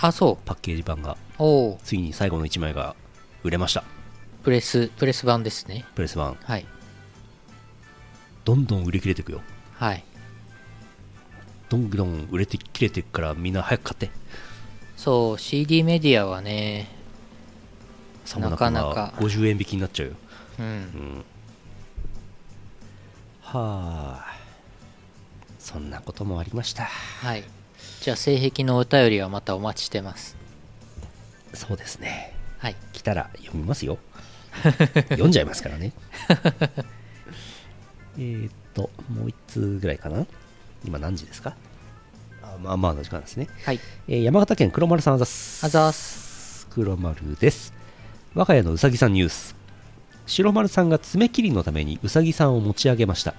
[SPEAKER 1] あそ
[SPEAKER 2] パッケージ版が
[SPEAKER 1] うおお
[SPEAKER 2] ついに最後の1枚が売れました
[SPEAKER 1] プレスプレス版ですね
[SPEAKER 2] プレス版
[SPEAKER 1] はい
[SPEAKER 2] どんどん売り切れていくよ
[SPEAKER 1] はい
[SPEAKER 2] どんどん売れて切れていくからみんな早く買って
[SPEAKER 1] そう CD メディアはね
[SPEAKER 2] さもな
[SPEAKER 1] なかな
[SPEAKER 2] か
[SPEAKER 1] か
[SPEAKER 2] 50円引きになっちゃうよ
[SPEAKER 1] う
[SPEAKER 2] うんんはあそんなこともありました
[SPEAKER 1] はいじゃあ性癖のお便りはまたお待ちしてます
[SPEAKER 2] そうですね
[SPEAKER 1] はい
[SPEAKER 2] 来たら読み ますよ読んじゃいますからねえーっともう1通ぐらいかな今何時ですかあまあまあの時間ですね
[SPEAKER 1] はい
[SPEAKER 2] えー山形県黒丸さんあざっす
[SPEAKER 1] あざっ
[SPEAKER 2] す黒丸です我が家のうさぎさんニュース白丸さんが爪切りのためにうさぎさんを持ち上げました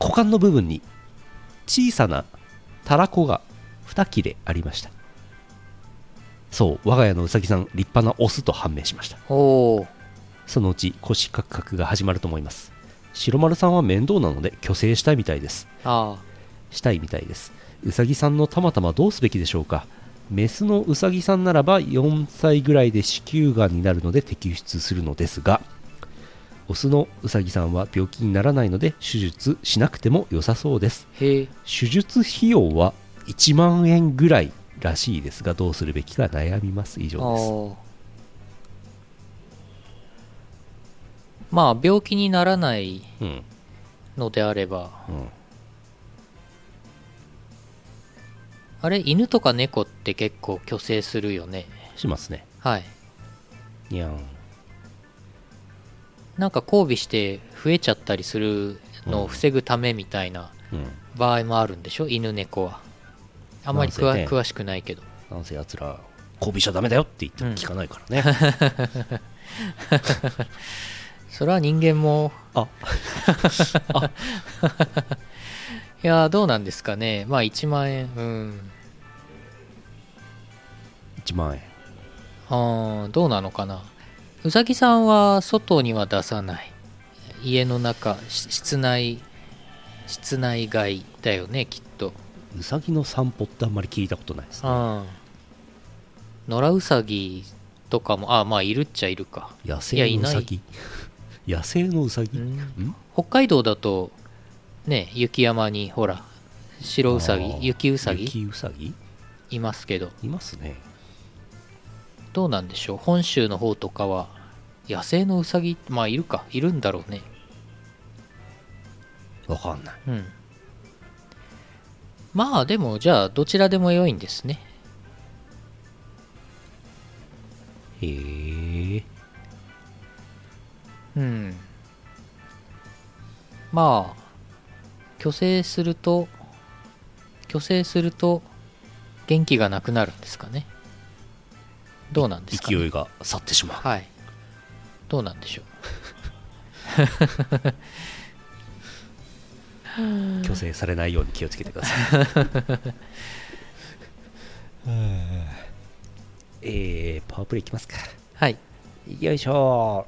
[SPEAKER 2] 股間の部分に小さなたらこが2切れありましたそう我が家のうさぎさん立派なオスと判明しました
[SPEAKER 1] おお
[SPEAKER 2] そのうち腰カクカクが始まると思います白丸さんは面倒なので虚勢したいみたいです
[SPEAKER 1] あ
[SPEAKER 2] したいみたいですうさぎさんのたまたまどうすべきでしょうかメスのうさぎさんならば4歳ぐらいで子宮がんになるので摘出するのですがオスのうさぎさんは病気にならないので手術しなくても良さそうです
[SPEAKER 1] あへえ
[SPEAKER 2] 手術費用は1万円ぐらいらしいですがどうするべきか悩みます以
[SPEAKER 1] あ
[SPEAKER 2] 上です
[SPEAKER 1] ーまあ病気にならない
[SPEAKER 2] うん
[SPEAKER 1] のであれば
[SPEAKER 2] うん
[SPEAKER 1] あれ犬とか猫って結構虚勢するよね
[SPEAKER 2] しますね
[SPEAKER 1] はい
[SPEAKER 2] にゃん
[SPEAKER 1] なんか交尾して増えちゃったりするのを防ぐためみたいな
[SPEAKER 2] うん
[SPEAKER 1] 場合もあるんでしょ犬猫はあんまり詳,、
[SPEAKER 2] なんせね
[SPEAKER 1] 詳しくないけど
[SPEAKER 2] なんせやつら交尾しちゃダメだよって言っても聞かないからね、
[SPEAKER 1] それは人間も
[SPEAKER 2] あ
[SPEAKER 1] いやーどうなんですかねまあ1万円うん
[SPEAKER 2] 1万円
[SPEAKER 1] あーどうなのかなうさぎさんは外には出さない家の中し室内室内外だよねきっと
[SPEAKER 2] うさぎの散歩ってあんまり聞いたことないですね
[SPEAKER 1] うん野良うさぎとかもあまあいるっちゃいるか
[SPEAKER 2] 野
[SPEAKER 1] い
[SPEAKER 2] 生
[SPEAKER 1] やい
[SPEAKER 2] の
[SPEAKER 1] な
[SPEAKER 2] う
[SPEAKER 1] い
[SPEAKER 2] さぎ野生のうさぎ
[SPEAKER 1] うんん北海道だとね雪山にほら白うさ
[SPEAKER 2] あ
[SPEAKER 1] ぎ
[SPEAKER 2] ー
[SPEAKER 1] 雪うさぎ
[SPEAKER 2] 雪うさぎ
[SPEAKER 1] いますけど
[SPEAKER 2] いますね
[SPEAKER 1] どうなんでしょう本州の方とかは野生のうさぎまあいるかいるんだろうね
[SPEAKER 2] わかんない
[SPEAKER 1] うんまあでもじゃあどちらでも良いんですね
[SPEAKER 2] へえ
[SPEAKER 1] うんまあ虚勢すると虚勢すると元気がなくなるんですかねどうなんですかね、
[SPEAKER 2] 勢いが去ってしまう
[SPEAKER 1] はいどうなんでしょ
[SPEAKER 2] 虚勢されないように気をつけてくだ さいはあえー、パワープレイいきますか
[SPEAKER 1] うはい
[SPEAKER 2] よいしょ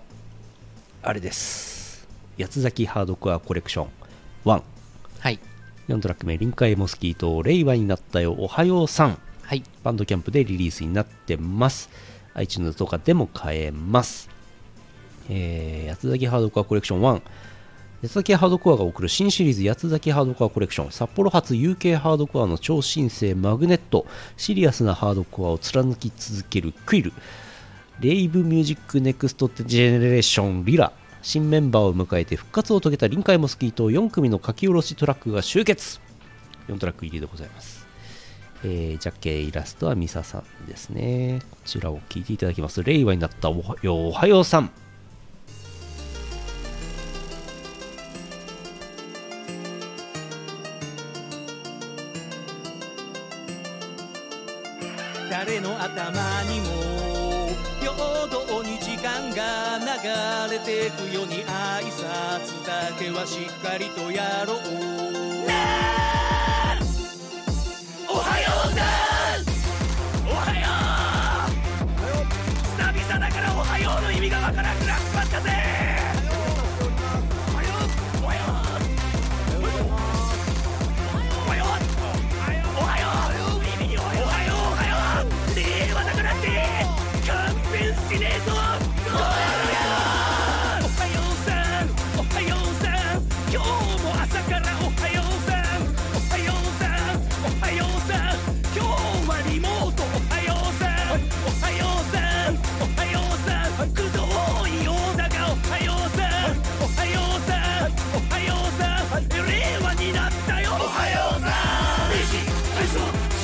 [SPEAKER 2] あれです八つ咲きハードコアコレクション1
[SPEAKER 1] はい
[SPEAKER 2] 四トラック目臨海モスキーと令和になったよおはようさん
[SPEAKER 1] はい
[SPEAKER 2] バンドキャンプでリリースになってます。iTunes とかでも買えます。えー、八つ咲きハードコアコレクション1。八つ咲きハードコアが送る新シリーズ八つ咲きハードコアコレクション。札幌発 UK ハードコアの超新星マグネット。シリアスなハードコアを貫き続けるクイル。レイブミュージックネクストジェネレーションリラ。新メンバーを迎えて復活を遂げた臨海モスキーと4組の書き下ろしトラックが集結。4トラック入りでございます。えージャケイラストはミサさんですね。こちらを聞いていただきます。令和になったおはよう、おはようさん。
[SPEAKER 4] 誰の頭にも平等に時間が流れてくように挨拶だけはしっかりとやろうおはようさんおはよう久々だからおはようの意味がわからなくなっちまったぜおはようおはようおはようおはようおはよう意味におはようおはようおはよう令和だからって勘弁しねえぞおはようおはようさんおはようさん今日も朝からおはようさんおはようさんおはようさん今日はリモートおはようさんおはようさんおはようさんくどいようだがおはようさんおはようさんおはようさん令和になったよおはようさん明治大正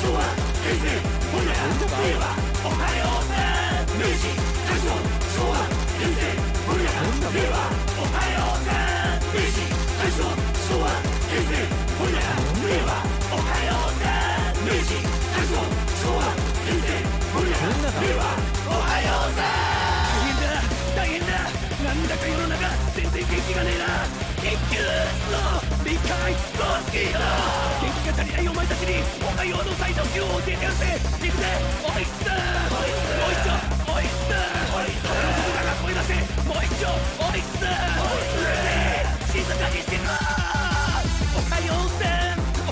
[SPEAKER 4] 昭和平成ほら令和おはようさん明治大正昭和平成ほら令和おはようさん明治大正昭和平成ほら令和おはようさん明治大正昭和平成ほら令和おはようさん大変だ大変だなんだか世の中全然元気がねえな一級の理解ロスキーだ元気が足りないお前たちにおはようの最上級を教えてやるぜ行くぜおいっすおいっすおいっすおいっすおいっすおいっすおいっすおいっすおいっすおいっす静かにしてろおはようさんお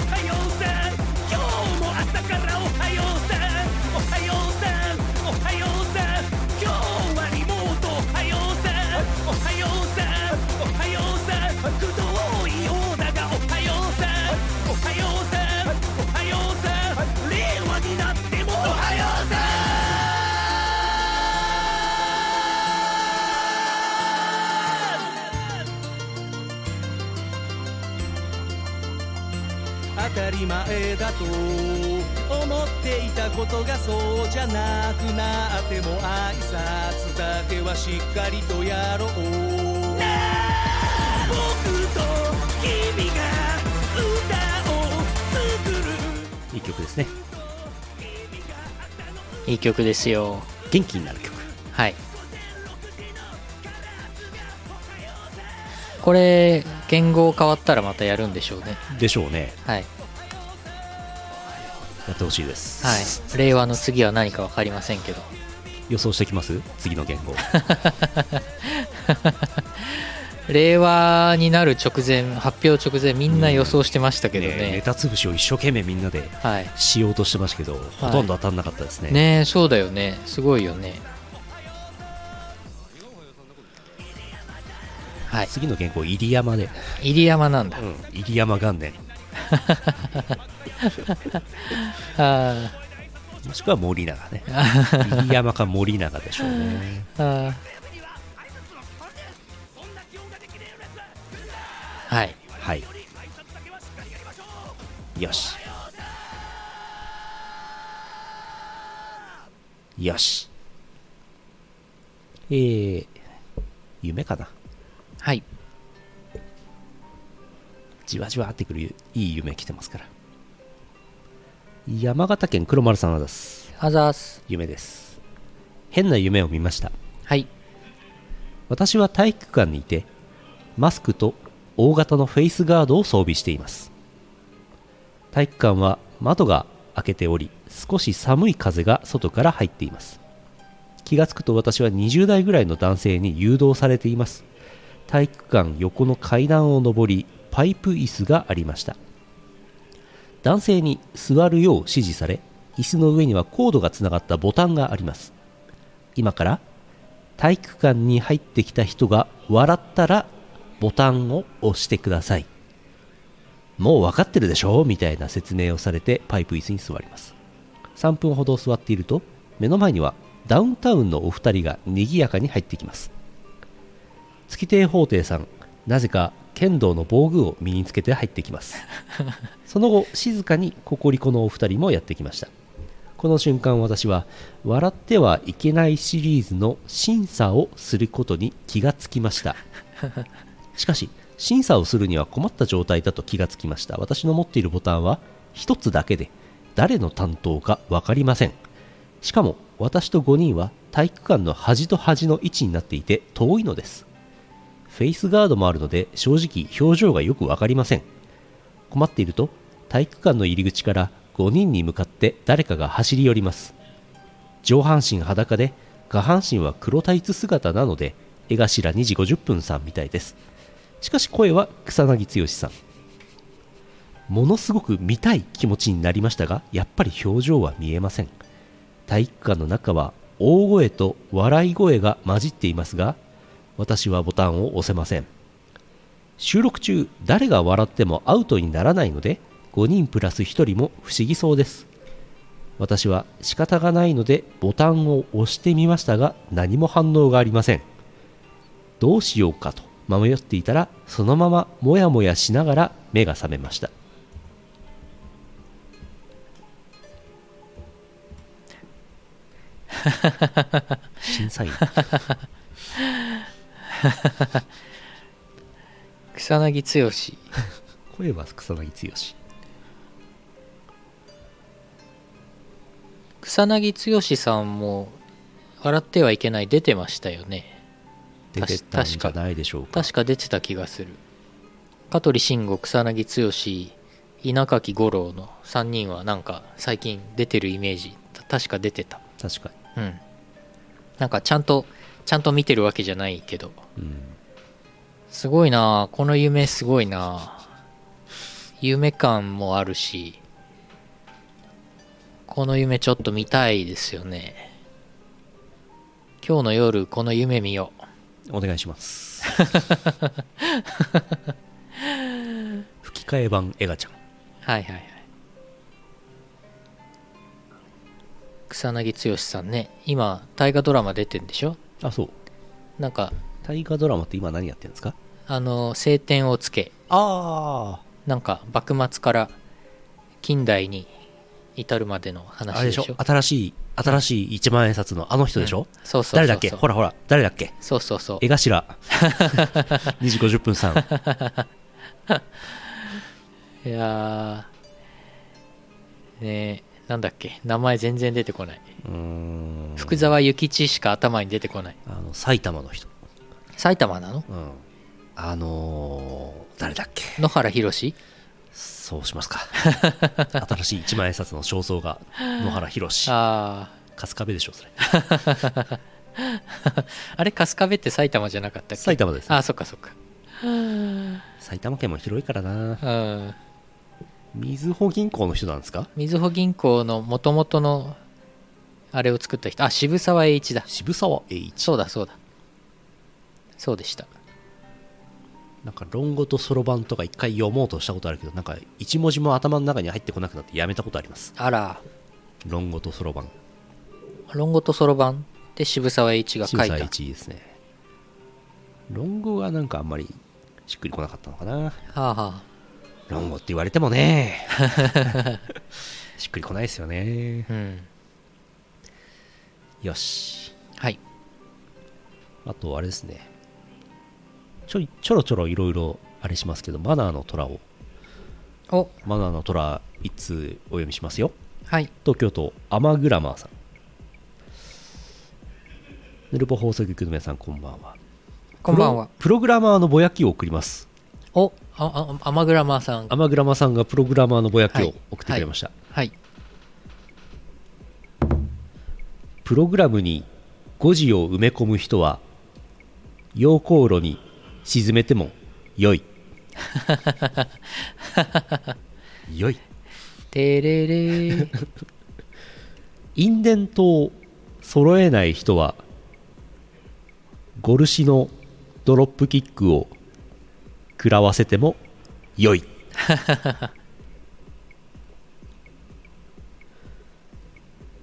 [SPEAKER 4] はようさん今日も朝からおはようさんおはようさんおはようさん今日はリモートおはようさんおはようさんおはようさんくどいようだがおはようさんおはようさんおはようさん令和になってもおはようさん
[SPEAKER 5] たり前だと思っていたことがそうじゃなくなっても挨拶だけはしっかりとやろう
[SPEAKER 4] 僕と君が歌を作る
[SPEAKER 2] いい曲ですね
[SPEAKER 1] いい曲ですよ
[SPEAKER 2] 元気になる曲
[SPEAKER 1] はいこれ言語変わったらまたやるんでしょうね
[SPEAKER 2] でしょうね
[SPEAKER 1] はい、
[SPEAKER 2] やってほしいです、
[SPEAKER 1] はい、令和の次は何か分かりませんけど
[SPEAKER 2] 予想してきます次の言語
[SPEAKER 1] 令和になる直前発表直前みんな予想してましたけどね,、
[SPEAKER 2] ねネタ潰しを一生懸命みんなで
[SPEAKER 1] はい
[SPEAKER 2] しようとしてましたけど、ほとんど当たんなかったですね
[SPEAKER 1] ねえそうだよねすごいよねはい
[SPEAKER 2] 次の言語入山で、
[SPEAKER 1] 入山なんだ
[SPEAKER 2] うん、入山元年
[SPEAKER 1] あ
[SPEAKER 2] もしくは森永 ね
[SPEAKER 1] ー
[SPEAKER 2] 入山か森永でしょうね
[SPEAKER 1] あーはい
[SPEAKER 2] はいよしよしえー、夢かな
[SPEAKER 1] はい
[SPEAKER 2] じわじわってくるいい夢来てますから山形県黒丸さんです
[SPEAKER 1] あざーす
[SPEAKER 2] 夢です変な夢を見ました
[SPEAKER 1] はい
[SPEAKER 2] 私は体育館にいてマスクと大型のフェイスガードを装備しています体育館は窓が開けており少し寒い風が外から入っています気がつくと私は20代ぐらいの男性に誘導されています体育館横の階段を上りパイプ椅子がありました男性に座るよう指示され椅子の上にはコードがつながったボタンがあります今から体育館に入ってきた人が笑ったらボタンを押してくださいもう分かってるでしょみたいな説明をされてパイプ椅子に座ります3分ほど座っていると目の前にはダウンタウンのお二人が賑やかに入ってきます月亭法廷さんなぜか剣道の防具を身につけて入ってきますその後静かにココリコのお二人もやってきましたこの瞬間私は「笑ってはいけない」シリーズの審査をすることに気がつきましたしかし審査をするには困った状態だと気がつきました私の持っているボタンは1つだけで誰の担当か分かりませんしかも私と5人は体育館の端と端の位置になっていて遠いのですフェイスガードもあるので正直表情がよく分かりません困っていると体育館の入り口から5人に向かって誰かが走り寄ります上半身裸で下半身は黒タイツ姿なので江頭2時50分さんみたいですしかし声は草薙剛さんものすごく見たい気持ちになりましたがやっぱり表情は見えません体育館の中は大声と笑い声が混じっていますが私はボタンを押せません収録中誰が笑ってもアウトにならないので5人プラス1人も不思議そうです私は仕方がないのでボタンを押してみましたが何も反応がありませんどうしようかと迷っていたらそのままモヤモヤしながら目が覚めました 審査員
[SPEAKER 1] 草薙剛
[SPEAKER 2] 声は草薙剛
[SPEAKER 1] 草薙剛さんも笑ってはいけない出てましたよね
[SPEAKER 2] 出てたんじゃないでしょうか
[SPEAKER 1] 確か出てた気がする香取慎吾草薙剛稲垣吾郎の3人はなんか最近出てるイメージた確か出てた
[SPEAKER 2] 確か
[SPEAKER 1] うんなんかちゃんとちゃんと見てるわけじゃないけど
[SPEAKER 2] に、うん、
[SPEAKER 1] すごいなあこの夢すごいなあ夢感もあるしこの夢ちょっと見たいですよね今日の夜この夢見よう
[SPEAKER 2] お願いします 吹き替え版エガちゃん
[SPEAKER 1] はいはいはい草薙剛さんね今大河ドラマ出てんでしょ
[SPEAKER 2] あそう
[SPEAKER 1] なんか
[SPEAKER 2] 大河ドラマって今何やってるんですか
[SPEAKER 1] あの「青天をつけ
[SPEAKER 2] ああ」
[SPEAKER 1] なんか幕末から近代に至るまでの
[SPEAKER 2] あ
[SPEAKER 1] 話
[SPEAKER 2] れ
[SPEAKER 1] で
[SPEAKER 2] で
[SPEAKER 1] し
[SPEAKER 2] し
[SPEAKER 1] ょ
[SPEAKER 2] ょ新しい新しい一万円札のあの人でしょ、
[SPEAKER 1] うんそうそうそうそう
[SPEAKER 2] 誰だっけほらほら誰だっけ
[SPEAKER 1] そうそうそう
[SPEAKER 2] 江 頭2時50分さん
[SPEAKER 1] いやーねえなんだっけ名前全然出てこない、
[SPEAKER 2] うん
[SPEAKER 1] 福沢諭吉しか頭に出てこない
[SPEAKER 2] あの埼玉の人、
[SPEAKER 1] 埼玉なの
[SPEAKER 2] うん、あのー誰だっけ
[SPEAKER 1] 野原宏
[SPEAKER 2] そうしま すか新しい一万円札の肖像画野原宏春
[SPEAKER 1] あ
[SPEAKER 2] 日部でしょそれ
[SPEAKER 1] ああれ春日部って埼玉じゃなかったっけ
[SPEAKER 2] 埼玉です
[SPEAKER 1] ああそっかそっか
[SPEAKER 2] 埼玉県も広いからな
[SPEAKER 1] うん
[SPEAKER 2] みずほ銀行の人なんですか
[SPEAKER 1] みずほ銀行のもともとのあれを作った人あ渋沢栄一だ
[SPEAKER 2] 渋沢栄一
[SPEAKER 1] そうだそうだそうでした
[SPEAKER 2] なんか論語とそろばんとか一回読もうとしたことあるけどなんか一文字も頭の中に入ってこなくなってやめたことあります
[SPEAKER 1] あら
[SPEAKER 2] 論語とそろばん
[SPEAKER 1] 論語とそろばんって渋沢栄一が書い
[SPEAKER 2] 渋沢栄
[SPEAKER 1] た
[SPEAKER 2] 一ですね論語がなんかあんまりしっくりこなかったのかな
[SPEAKER 1] はあ、は
[SPEAKER 2] 論語って言われて もねしっくりこないですよね
[SPEAKER 1] あ、うん
[SPEAKER 2] よし
[SPEAKER 1] はい
[SPEAKER 2] あとあれですねちょいちょろちょろいろいろあれしますけどマナーの虎を
[SPEAKER 1] お
[SPEAKER 2] マナーの虎一通お読みしますよ
[SPEAKER 1] はい
[SPEAKER 2] 東京都アマグラマーさんヌルポ放送局の皆さんこんばんは
[SPEAKER 1] こんばんは
[SPEAKER 2] プロプログラマーのぼやきを送ります
[SPEAKER 1] おああアマグラマーさん
[SPEAKER 2] アマグラマーさんがプログラマーのぼやき
[SPEAKER 1] は
[SPEAKER 2] を
[SPEAKER 1] い
[SPEAKER 2] 送ってくれました、
[SPEAKER 1] はい
[SPEAKER 2] プログラムに誤字を埋め込む人は溶鉱炉に沈めても 良い良い
[SPEAKER 1] てれ れ
[SPEAKER 2] インデントを揃えない人はゴルシのドロップキックを食らわせても良い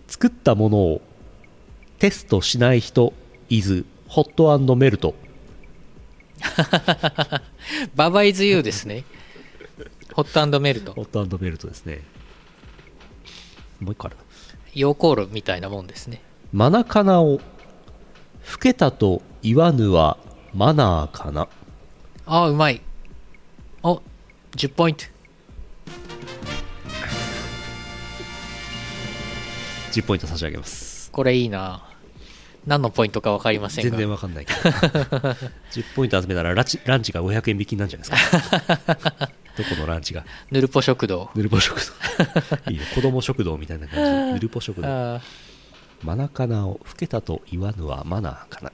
[SPEAKER 2] 作ったものをテストしない人 is ホットメルト
[SPEAKER 1] ババイズユーですねホットメルト
[SPEAKER 2] ホットメルトですねもう一個あるな
[SPEAKER 1] 溶鉱炉みたいなもんですね
[SPEAKER 2] マナカナを老けたと言わぬはマナーかな
[SPEAKER 1] ああうまいお10ポイント
[SPEAKER 2] 10ポイント差し上げます
[SPEAKER 1] これいいな何のポイントか分かりませんが
[SPEAKER 2] 全然わかんない けど10ポイント集めたらラチランチが500円引きになるんじゃないです かどこのランチが
[SPEAKER 1] ぬるぽ食堂
[SPEAKER 2] ぬるぽ食堂いいね子供食堂みたいな感じぬるぽ食堂
[SPEAKER 1] ああ
[SPEAKER 2] マナカナを老けたと言わぬはマナーかな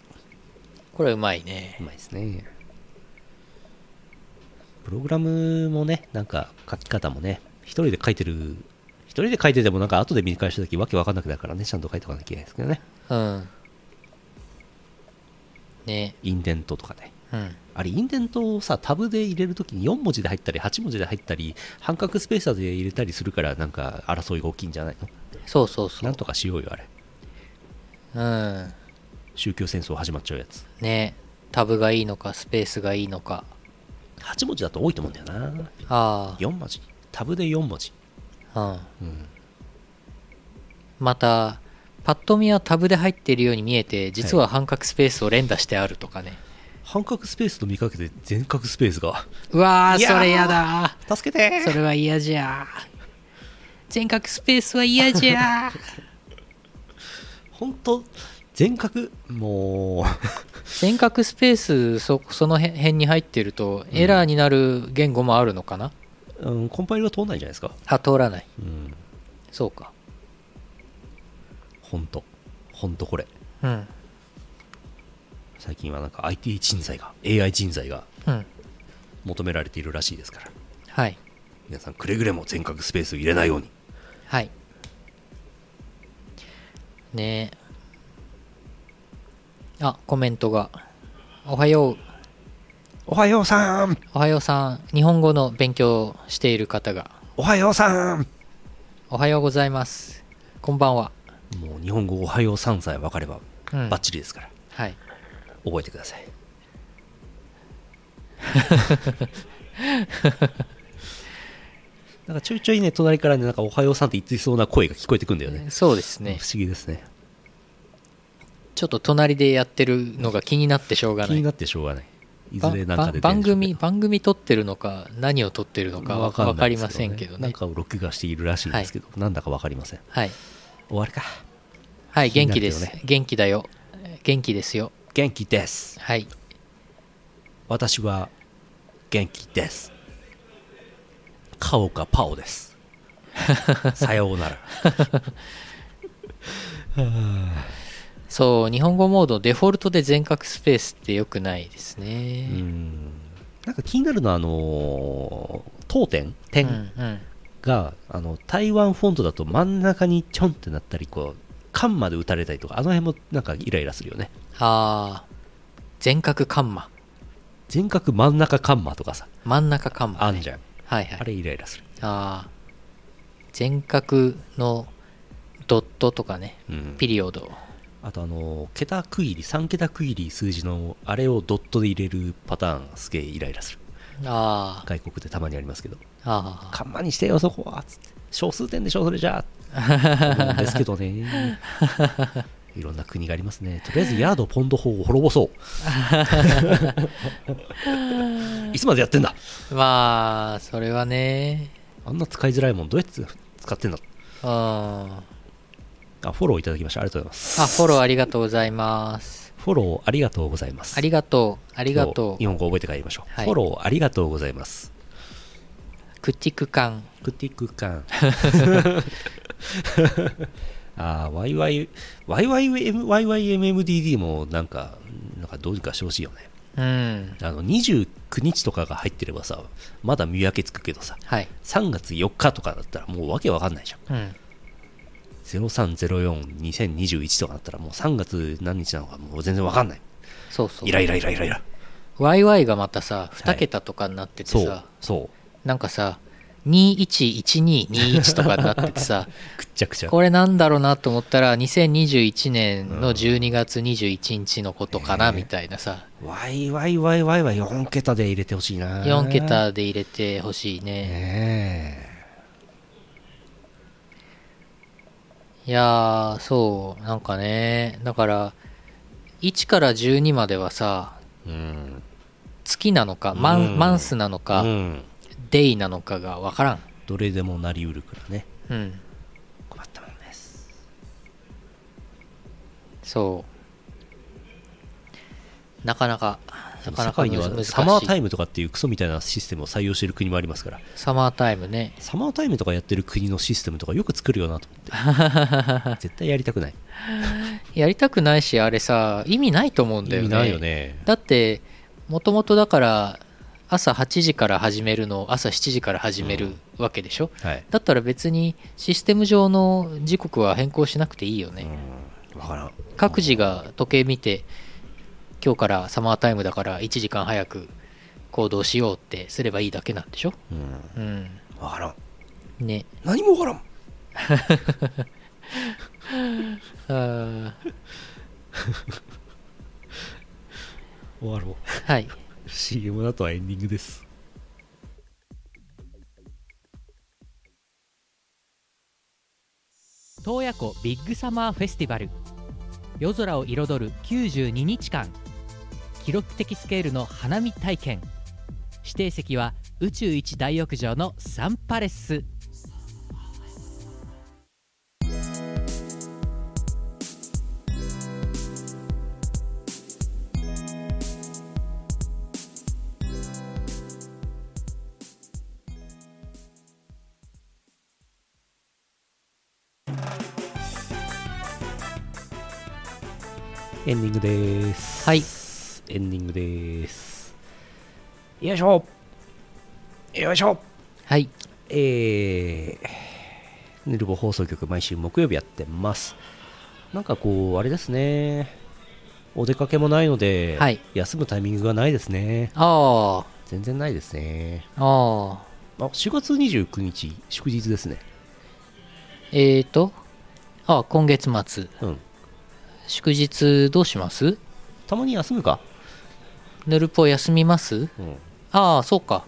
[SPEAKER 1] これうまいね
[SPEAKER 2] うまいですねプログラムもねなんか書き方もね一人で書いてる一人で書いててもなんか後で見返した時わけわかんなくなるからねちゃんと書いておかなきゃいけないですけどね
[SPEAKER 1] うんね
[SPEAKER 2] インデントとかね
[SPEAKER 1] うん
[SPEAKER 2] あれインデントをさタブで入れるときに4文字で入ったり8文字で入ったり半角スペーサーで入れたりするからなんか争いが大きいんじゃないの
[SPEAKER 1] そうそうそ
[SPEAKER 2] な
[SPEAKER 1] うん
[SPEAKER 2] とかしようよあれ
[SPEAKER 1] うん
[SPEAKER 2] 宗教戦争始まっちゃうやつ
[SPEAKER 1] ねタブがいいのかスペースがいいのか
[SPEAKER 2] 8文字だと多いと思うんだよな
[SPEAKER 1] あ
[SPEAKER 2] 4文字タブで4文字
[SPEAKER 1] あうん
[SPEAKER 2] うん
[SPEAKER 1] またパッと見はタブで入っているように見えて実は半角スペースを連打してあるとかね、
[SPEAKER 2] 半角スペースと見かけて全角スペースが
[SPEAKER 1] うわ
[SPEAKER 2] い
[SPEAKER 1] ー
[SPEAKER 2] やー
[SPEAKER 1] それやだー
[SPEAKER 2] 助 けて
[SPEAKER 1] それは嫌じゃ全角スペースは嫌じゃ
[SPEAKER 2] 本当全角も
[SPEAKER 1] 全角スペースそその辺辺に入ってるとエラーになる言語もあるのかな、
[SPEAKER 2] う、うん、コンパイルは通んないんじゃないですか
[SPEAKER 1] あ通らない
[SPEAKER 2] うん
[SPEAKER 1] そうか
[SPEAKER 2] 本当本当これ
[SPEAKER 1] うん
[SPEAKER 2] 最近はなんか IT 人材が AI 人材が
[SPEAKER 1] うん
[SPEAKER 2] 求められているらしいですから
[SPEAKER 1] はい
[SPEAKER 2] 皆さんくれぐれも全角スペース入れないように
[SPEAKER 1] はいねえあコメントが「おはよう
[SPEAKER 2] おはようさん
[SPEAKER 1] おはようさん日本語の勉強をしている方が
[SPEAKER 2] おはようさん
[SPEAKER 1] おはようございますこんばんは、
[SPEAKER 2] もう日本語おはようさんさえ分かれば
[SPEAKER 1] うん
[SPEAKER 2] バッチリですから、
[SPEAKER 1] はい
[SPEAKER 2] 覚えてください なんかちょいちょいね、隣からね、なんかおはようさんって言ってそうな声が聞こえてくんだよね。
[SPEAKER 1] そうですね
[SPEAKER 2] 不思議ですね。
[SPEAKER 1] ちょっと隣でやってるのが気になってしょうが
[SPEAKER 2] 気
[SPEAKER 1] な
[SPEAKER 2] に
[SPEAKER 1] い
[SPEAKER 2] なってしょうがない。いずれなんかで出てるんでしょうね
[SPEAKER 1] 番組番組撮ってるのか何を撮ってるのかわ
[SPEAKER 2] わ
[SPEAKER 1] わ
[SPEAKER 2] か
[SPEAKER 1] か
[SPEAKER 2] り
[SPEAKER 1] り
[SPEAKER 2] ま
[SPEAKER 1] ま
[SPEAKER 2] せ
[SPEAKER 1] せ
[SPEAKER 2] ん
[SPEAKER 1] ん
[SPEAKER 2] け
[SPEAKER 1] け
[SPEAKER 2] ど
[SPEAKER 1] ど
[SPEAKER 2] ねな
[SPEAKER 1] ね
[SPEAKER 2] んか録画しているらしいんですけど、なんだかわかりません
[SPEAKER 1] はい
[SPEAKER 2] 終わるか
[SPEAKER 1] はい
[SPEAKER 2] 気に
[SPEAKER 1] 元気
[SPEAKER 2] なるけ
[SPEAKER 1] で
[SPEAKER 2] ど
[SPEAKER 1] す
[SPEAKER 2] ね
[SPEAKER 1] 元気だよ元気ですよ
[SPEAKER 2] 元気です
[SPEAKER 1] はい
[SPEAKER 2] 私は元気ですカオかパオですさよう なら
[SPEAKER 1] そう日本語モードデフォルトで全角スペースってよくないです
[SPEAKER 2] う
[SPEAKER 1] ね
[SPEAKER 2] んなんか気になるのはあのー当店
[SPEAKER 1] う
[SPEAKER 2] 点
[SPEAKER 1] んうん
[SPEAKER 2] が、あの台湾フォントだと真ん中にちょんってなったりこう缶まで打たれたりとかあの辺もなんかイライラするよね
[SPEAKER 1] あー全角カンマ
[SPEAKER 2] 全角真ん中カンマとかさ
[SPEAKER 1] 真ん中カンマ、ね、
[SPEAKER 2] あんじゃん
[SPEAKER 1] はいはい
[SPEAKER 2] あれイライラする
[SPEAKER 1] ああ全角のドットとかね
[SPEAKER 2] うん
[SPEAKER 1] ピリオド
[SPEAKER 2] あとあの桁区切り3桁区切り数字のあれをドットで入れるパターンすげえイライラする
[SPEAKER 1] あー
[SPEAKER 2] 外国でたまにありますけど「
[SPEAKER 1] あー
[SPEAKER 2] カンマにしてよそこは」つって「小数点でしょそれじゃあ」思うんですけどねいろんな国がありますねとりあえずヤードポンド法を滅ぼそう いつまでやってんだ
[SPEAKER 1] まあそれはね
[SPEAKER 2] あんな使いづらいもんどうやって使ってんだ
[SPEAKER 1] うんあ
[SPEAKER 2] あフォローいただきましたありがとうございます
[SPEAKER 1] フォローありがとうございます
[SPEAKER 2] フォローありがとうございます
[SPEAKER 1] ありがとうありが
[SPEAKER 2] 今
[SPEAKER 1] と
[SPEAKER 2] 日日
[SPEAKER 1] う
[SPEAKER 2] 本語覚えて帰りましょう、
[SPEAKER 1] はい
[SPEAKER 2] フォローありがとうございます
[SPEAKER 1] 駆逐艦
[SPEAKER 2] クティクカン ああ YYYYMMDD もなんかなんかどうにかしてほしいよね
[SPEAKER 1] うん
[SPEAKER 2] あの29日とかが入ってればさまだ見分けつくけどさ
[SPEAKER 1] はい
[SPEAKER 2] 3月4日とかだったらもうわけわかんないじゃん
[SPEAKER 1] うん
[SPEAKER 2] 03042021とかだったらもう3月何日なのかもう全然わかんない
[SPEAKER 1] そうそう
[SPEAKER 2] イライライライライラ
[SPEAKER 1] YY がまたさ2桁とかになっててさ、
[SPEAKER 2] そうそう
[SPEAKER 1] なんかさ211221とかになってて さ
[SPEAKER 2] くっちゃくちゃ
[SPEAKER 1] これなんだろうなと思ったら2021年の12月21日のことかな
[SPEAKER 2] うん
[SPEAKER 1] みたいなさ
[SPEAKER 2] YYYY は4桁で入れてほしいな
[SPEAKER 1] 4桁で入れてほしいね
[SPEAKER 2] ねえ
[SPEAKER 1] いやーそうなんかねだから1から12まではさ
[SPEAKER 2] うん
[SPEAKER 1] 月なのかマ
[SPEAKER 2] う
[SPEAKER 1] ン
[SPEAKER 2] ん
[SPEAKER 1] マンスなのか、
[SPEAKER 2] うん、
[SPEAKER 1] デイなのかが分からん
[SPEAKER 2] どれでもなりうるからね
[SPEAKER 1] うん
[SPEAKER 2] 困ったもんです
[SPEAKER 1] そうなかなかなか
[SPEAKER 2] 世
[SPEAKER 1] なか
[SPEAKER 2] 界に
[SPEAKER 1] むず
[SPEAKER 2] は
[SPEAKER 1] 難しい
[SPEAKER 2] サマータイムとかっていうクソみたいなシステムを採用してる国もありますから
[SPEAKER 1] サマータイムね
[SPEAKER 2] サマータイムとかやってる国のシステムとかよく作るよなと思って 絶対やりたくない
[SPEAKER 1] やりたくないしあれさ意味ないと思うんだ
[SPEAKER 2] 意
[SPEAKER 1] よね
[SPEAKER 2] 味ないよね
[SPEAKER 1] だってもともとだから朝8時から始めるのを朝7時から始めるわけでしょ、
[SPEAKER 2] はい
[SPEAKER 1] だったら別にシステム上の時刻は変更しなくていいよね、
[SPEAKER 2] 分からん
[SPEAKER 1] 各自が時計見て今日からサマータイムだから1時間早く行動しようってすればいいだけなんでしょ
[SPEAKER 2] うん
[SPEAKER 1] うん
[SPEAKER 2] 分からん
[SPEAKER 1] ね
[SPEAKER 2] 何も分からん
[SPEAKER 1] あー
[SPEAKER 2] 終わろう
[SPEAKER 1] はい
[SPEAKER 2] CM の後はエンディングです
[SPEAKER 3] 洞爺湖ビッグサマーフェスティバル夜空を彩る92日間記録的スケールの花見体験指定席は宇宙一大浴場のサンパレス
[SPEAKER 2] エンディングです
[SPEAKER 1] はい
[SPEAKER 2] エンディングですよいしょよいしょ
[SPEAKER 1] はい
[SPEAKER 2] えー、ヌルボ放送局毎週木曜日やってますなんかこうあれですねお出かけもないので、
[SPEAKER 1] はい
[SPEAKER 2] 休むタイミングがないですね
[SPEAKER 1] ああ
[SPEAKER 2] 全然ないですね
[SPEAKER 1] ああ
[SPEAKER 2] あ4月29日祝日ですね
[SPEAKER 1] えーとあ今月末
[SPEAKER 2] うん
[SPEAKER 1] 祝日どうします
[SPEAKER 2] たまに休むか
[SPEAKER 1] ぬるぽ休みます
[SPEAKER 2] うん
[SPEAKER 1] ああそうか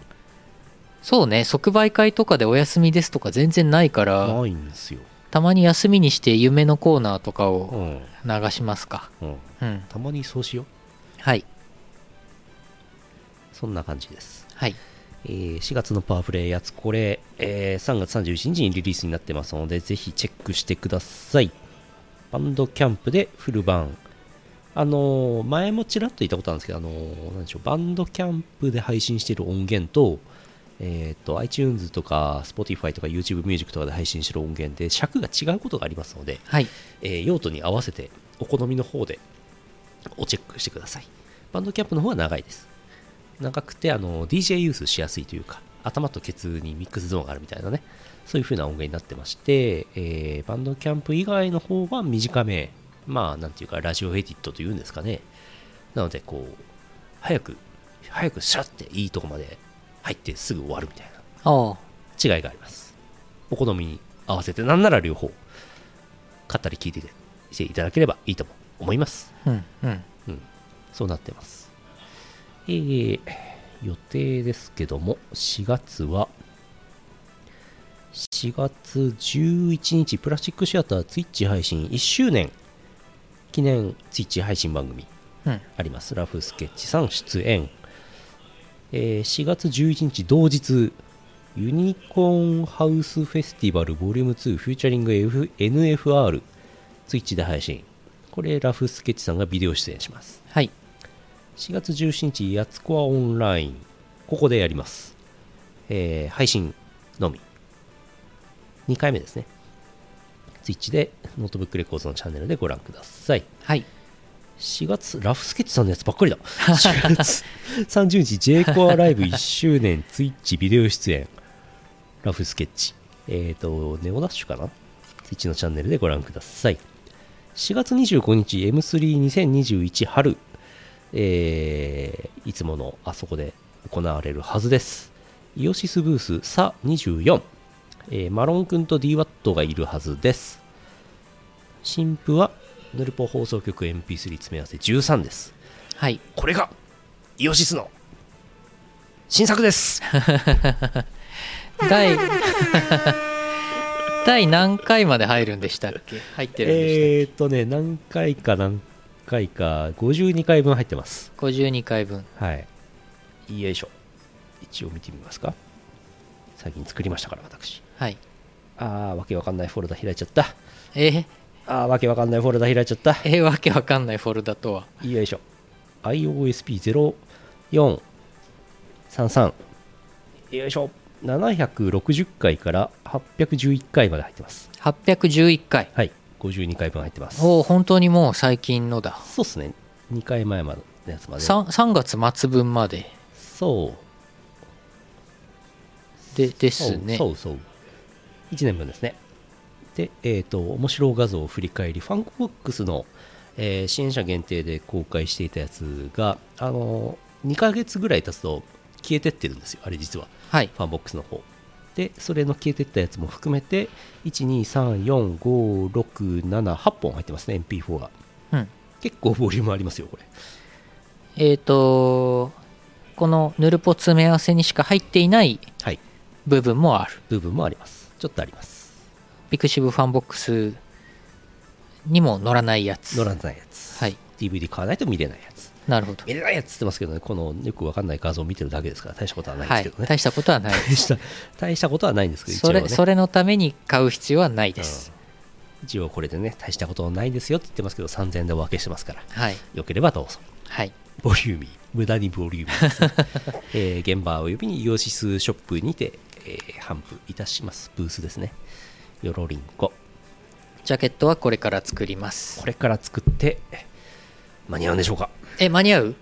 [SPEAKER 1] そうね即売会とかでお休みですとか全然ないから
[SPEAKER 2] ないんですよ、
[SPEAKER 1] たまに休みにして夢のコーナーとか
[SPEAKER 2] う
[SPEAKER 1] を
[SPEAKER 2] ん
[SPEAKER 1] 流しますか
[SPEAKER 2] うん、
[SPEAKER 1] うん
[SPEAKER 2] たまにそうしよう
[SPEAKER 1] はい
[SPEAKER 2] そんな感じです
[SPEAKER 1] はい
[SPEAKER 2] えー4月のパワープレイやつこれ、えー3月31日にリリースになってますのでぜひチェックしてくださいバンドキャンプでフル版あのー前もちらっと言ったことあるんですけど、あのーなんでしょうバンドキャンプで配信してる音源と,、えー、と iTunes とか Spotify とか YouTube ミュージックとかで配信してる音源で尺が違うことがありますので、
[SPEAKER 1] はい
[SPEAKER 2] えー用途に合わせてお好みの方でをチェックしてくださいバンドキャップの方は長いです長くてあの DJ ユースしやすいというか頭とケツにミックスゾーンがあるみたいなねそういう風な音源になってまして、えーバンドキャンプ以外の方は短めまあなんていうかラジオエディットというんですかねなのでこう早く早くシャッていいとこまで入ってすぐ終わるみたいな
[SPEAKER 1] ああ
[SPEAKER 2] 違いがありますお好みに合わせてなんなら両方買ったり聞いてしていただければいいとも思います
[SPEAKER 1] うんうん
[SPEAKER 2] うんそうなってますえー、予定ですけども4月は4月11日プラスチックシアター Twitch 配信1周年記念 Twitch 配信番組
[SPEAKER 1] うん
[SPEAKER 2] あります。ラフスケッチさん出演。えー4月11日同日、ユニコーンハウスフェスティバルボリューム2フューチャリング、F、NFR、ツイッチで配信。これ、ラフスケッチさんがビデオ出演します。
[SPEAKER 1] はい
[SPEAKER 2] 4月17日、やつこはオンライン。ここでやります。えー配信のみ。2回目ですね。ツイッチで、ノートブックレコードのチャンネルでご覧ください。
[SPEAKER 1] はい
[SPEAKER 2] 4月、ラフスケッチさんのやつばっかりだ。4月30日、j コアライブ1周年、ツイッチビデオ出演、ラフスケッチ。えっ、と、ネオダッシュかなツイッチのチャンネルでご覧ください。4月25日、M32021 春、えーいつものあそこで行われるはずです。イオシスブース、サ24、えーマロン君と DWAT がいるはずです。新譜はヌルポ放送局 MP3 詰め合わせ13です
[SPEAKER 1] はい
[SPEAKER 2] これがイオシスの新作です
[SPEAKER 1] 第 第何回まで入るんでしたっけ入ってるんでしたっ
[SPEAKER 2] えーっとね何回か何回か52回分入ってます
[SPEAKER 1] け、52回分
[SPEAKER 2] はいよいしょ一応見てみますか最近作りましたから私
[SPEAKER 1] はい
[SPEAKER 2] あーわけわかんないフォルダ開いちゃった
[SPEAKER 1] えー、
[SPEAKER 2] あーわけわかんないフォルダ開いちゃった
[SPEAKER 1] えー、わけわかんないフォルダとは
[SPEAKER 2] よいしょ iOSP0433 よいしょ760回から811回まで入ってます
[SPEAKER 1] 811回
[SPEAKER 2] はい52回分入ってます
[SPEAKER 1] おお本当にもう最近のだ
[SPEAKER 2] そうっすね2回前までのやつまで
[SPEAKER 1] 3, 3月末分まで
[SPEAKER 2] そう
[SPEAKER 1] でで
[SPEAKER 2] そ
[SPEAKER 1] す
[SPEAKER 2] う
[SPEAKER 1] ね
[SPEAKER 2] そうそう1年分ですねでえっ、と面白画像を振り返りファンコボックスの、えー支援者限定で公開していたやつがあの2ヶ月ぐらい経つと消えてってるんですよあれ実は
[SPEAKER 1] はい
[SPEAKER 2] ファンボックスの方でそれの消えてったやつも含めて1234567 8本入ってますね MP4 が
[SPEAKER 1] うん
[SPEAKER 2] 結構ボリュームありますよこれ
[SPEAKER 1] えっ、とこのヌルポ詰め合わせにしか入っていない
[SPEAKER 2] はい
[SPEAKER 1] 部分もある
[SPEAKER 2] 部分もありますちょっとあります
[SPEAKER 1] ピクシブファンボックスにも載らないやつ
[SPEAKER 2] 乗らないやつ、
[SPEAKER 1] はい
[SPEAKER 2] DVD 買わないと見れないやつ
[SPEAKER 1] なるほど
[SPEAKER 2] 見れないやつって言ってますけどねこのよくわかんない画像を見てるだけですから大したことはないで
[SPEAKER 1] は
[SPEAKER 2] す
[SPEAKER 1] い
[SPEAKER 2] けどね、
[SPEAKER 1] 大したことは ない
[SPEAKER 2] 大した大したことはないんですけど一応
[SPEAKER 1] それ
[SPEAKER 2] ね
[SPEAKER 1] それのために買う必要はないです、
[SPEAKER 2] うん一応これでね大したことはないですよって言ってますけど3000円でお分けしてますから
[SPEAKER 1] はい
[SPEAKER 2] よければどうぞ
[SPEAKER 1] はい
[SPEAKER 2] ボリューミー、無駄にボリューミーですね、えー現場及びにイオシスショップにて、えー販布いたします。ブースですね。よろりんこ。
[SPEAKER 1] ジャケットはこれから作ります
[SPEAKER 2] これから作って、間に合うんでしょうか
[SPEAKER 1] え間に合う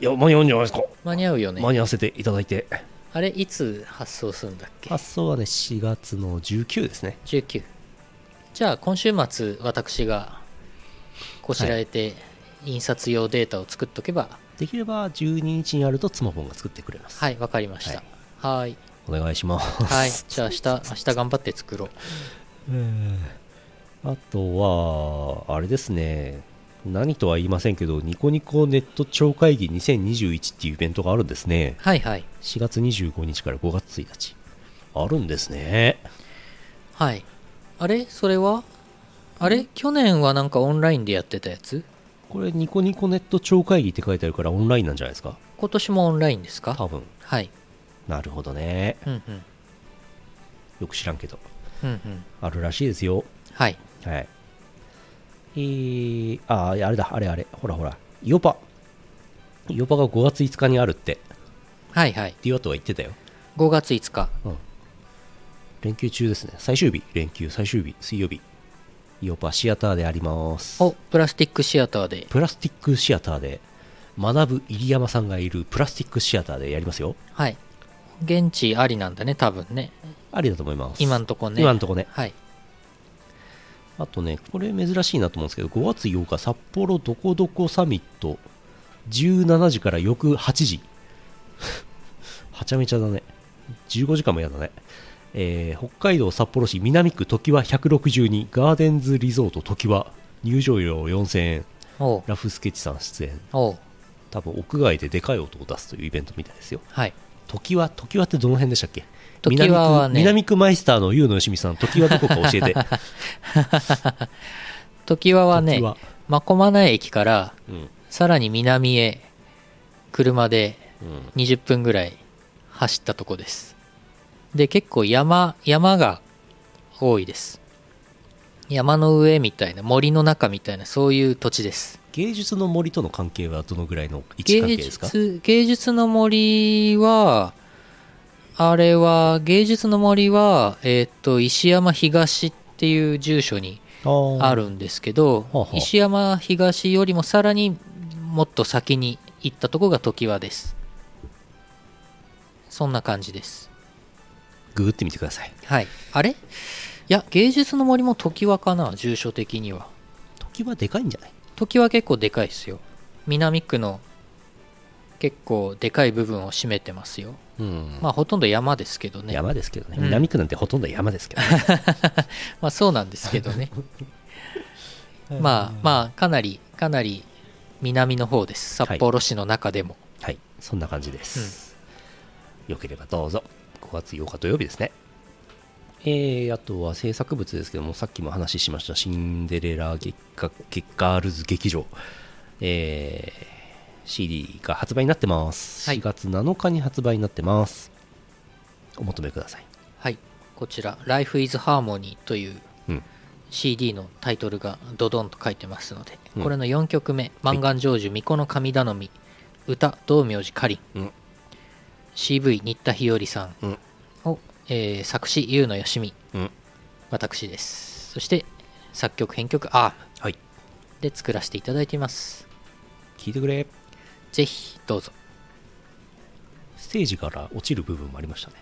[SPEAKER 2] いや、間に合うんじゃないですか。
[SPEAKER 1] 間に合うよね
[SPEAKER 2] 間に合わせていただいて。
[SPEAKER 1] あれいつ発送するんだっけ
[SPEAKER 2] 発送はね、4月の19ですね。
[SPEAKER 1] 19じゃあ今週末私がこしらえて印刷用データを作っとけば
[SPEAKER 2] できれば12日にやると、つまぽんが作ってくれます。
[SPEAKER 1] はいわ、かりましたはーい
[SPEAKER 2] お願いします。
[SPEAKER 1] はい じゃあ明日明日頑張って作ろう
[SPEAKER 2] あとは、あれですね、何とは言いませんけどニコニコネット超会議2021っていうイベントがあるんですね
[SPEAKER 1] はいはい
[SPEAKER 2] 4月25日から5月1日あるんですね
[SPEAKER 1] はいあれそれはあれ去年はなんかオンラインでやってたやつ
[SPEAKER 2] これニコニコネット超会議って書いてあるからオンラインなんじゃないですか
[SPEAKER 1] 今年もオンラインですか
[SPEAKER 2] 多分
[SPEAKER 1] はい
[SPEAKER 2] なるほどね
[SPEAKER 1] うんうん
[SPEAKER 2] よく知らんけど
[SPEAKER 1] うんうん
[SPEAKER 2] あるらしいですよ
[SPEAKER 1] はい
[SPEAKER 2] はいえー、あーあれだあれあれほらほらイオパイオパが5月5日にあるって
[SPEAKER 1] はいはい
[SPEAKER 2] ディワトは言ってたよ
[SPEAKER 1] 5月5日
[SPEAKER 2] 連休中ですね最終日連休最終日水曜日イオパシアターであります
[SPEAKER 1] をプラスティックシアターで
[SPEAKER 2] プラスティックシアターで学ぶ入山さんがいるプラスティックシアターでやりますよ
[SPEAKER 1] はい現地ありなんだね多分ね
[SPEAKER 2] ありだと思います
[SPEAKER 1] 今んとこね
[SPEAKER 2] 今んとこね
[SPEAKER 1] はい
[SPEAKER 2] あとねこれ珍しいなと思うんですけど5月8日札幌どこどこサミット17時から翌8時 はちゃめちゃだね15時間もやだねえー北海道札幌市南区常盤162ガーデンズリゾート常盤入場料4000円
[SPEAKER 1] おう
[SPEAKER 2] ラフスケッチさん出演
[SPEAKER 1] おう
[SPEAKER 2] 多分屋外ででかい音を出すというイベントみたいですよ
[SPEAKER 1] はい
[SPEAKER 2] 常盤常盤ってどの辺でしたっけ
[SPEAKER 1] 常盤はね
[SPEAKER 2] 南区南区マイスターの優野よしみさん常盤どこか教えて
[SPEAKER 1] 時 ははね
[SPEAKER 2] 常盤
[SPEAKER 1] 真駒内駅から
[SPEAKER 2] うん
[SPEAKER 1] さらに南へ車で
[SPEAKER 2] うん
[SPEAKER 1] 20分ぐらい走ったとこですで結構山山が多いです山の上みたいな森の中みたいなそういう土地です
[SPEAKER 2] 芸術の森との関係はどのぐらいの位置関
[SPEAKER 1] 芸
[SPEAKER 2] 係ですか
[SPEAKER 1] 術芸術の森はあれは芸術の森は、えーっと石山東っていう住所にあ
[SPEAKER 2] る
[SPEAKER 1] るんですけど、
[SPEAKER 2] ほうほう
[SPEAKER 1] 石山東よりもさらにもっと先に行ったとこが常盤ですそんな感じです
[SPEAKER 2] ググってみてください
[SPEAKER 1] はいあれいや芸術の森も常盤かな住所的には
[SPEAKER 2] 時はでかいんじゃない
[SPEAKER 1] 時は結構でかいですよ南区の結構でかい部分を占めてますよ
[SPEAKER 2] うん
[SPEAKER 1] まあほとんど山ですけどね
[SPEAKER 2] 山ですけどね、
[SPEAKER 1] うん
[SPEAKER 2] 南区なんてほとんど山ですけどね、
[SPEAKER 1] まあそうなんですけどねまあまあかなりかなり南の方です札幌市の中でも、
[SPEAKER 2] はいそんな感じです、よければどうぞ5月8日土曜日ですねえー、あとは制作物ですけどもさっきも話ししましたシンデレラ月下月ガールズ劇場えー CD が発売になってます、
[SPEAKER 1] はい
[SPEAKER 2] 4月7日に発売になってますお求めください
[SPEAKER 1] はい、こちら「Life is Harmony」という
[SPEAKER 2] うん
[SPEAKER 1] CD のタイトルがドドンと書いてますので、
[SPEAKER 2] うん
[SPEAKER 1] これの4曲目「満願成就巫女の神頼み」歌「道明寺かりん」
[SPEAKER 2] うん
[SPEAKER 1] CV 新田日和さ
[SPEAKER 2] うんん
[SPEAKER 1] を、えー作詞優野よしみ
[SPEAKER 2] うん
[SPEAKER 1] 私ですそして作曲編曲アーム
[SPEAKER 2] はい
[SPEAKER 1] で作らせていただいています
[SPEAKER 2] 聞いてくれ
[SPEAKER 1] ぜひどうぞ
[SPEAKER 2] ステージから落ちる部分もありましたね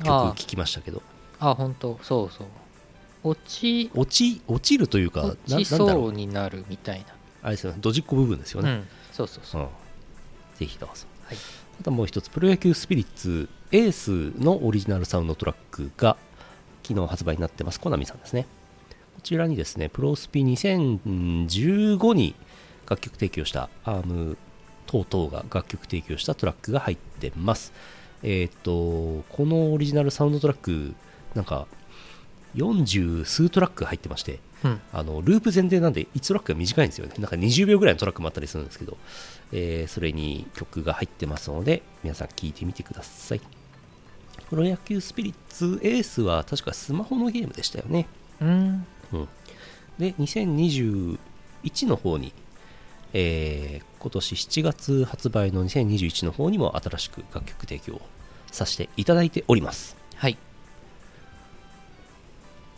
[SPEAKER 2] 曲
[SPEAKER 1] あ
[SPEAKER 2] 聞きましたけど
[SPEAKER 1] ああ本当そうそう落ち
[SPEAKER 2] 落ち落ちるというか
[SPEAKER 1] 落
[SPEAKER 2] な
[SPEAKER 1] ち
[SPEAKER 2] なんだろ
[SPEAKER 1] そううになるみたいな
[SPEAKER 2] あれですよねドジっ子部分ですよ
[SPEAKER 1] う
[SPEAKER 2] ね、
[SPEAKER 1] んそうそうそう
[SPEAKER 2] うんぜひどうぞ、
[SPEAKER 1] はい
[SPEAKER 2] あともう一つプロ野球スピリッツエースのオリジナルサウンドトラックが昨日発売になってますコナミさんですねこちらにですねプロスピ2015に楽曲提供したアーム等々が楽曲提供したトラックが入ってますえーっとこのオリジナルサウンドトラックなんか40数トラック入ってまして
[SPEAKER 1] うん
[SPEAKER 2] あのループ前提なんで1トラックが短いんですよねなんか20秒ぐらいのトラックもあったりするんですけど、えーそれに曲が入ってますので皆さん聴いてみてくださいプロ野球スピリッツエースは確かスマホのゲームでしたよね
[SPEAKER 1] うん
[SPEAKER 2] うん、で2021の方に、えー今年7月発売の2021の方にも新しく楽曲提供をさせていただいております
[SPEAKER 1] はい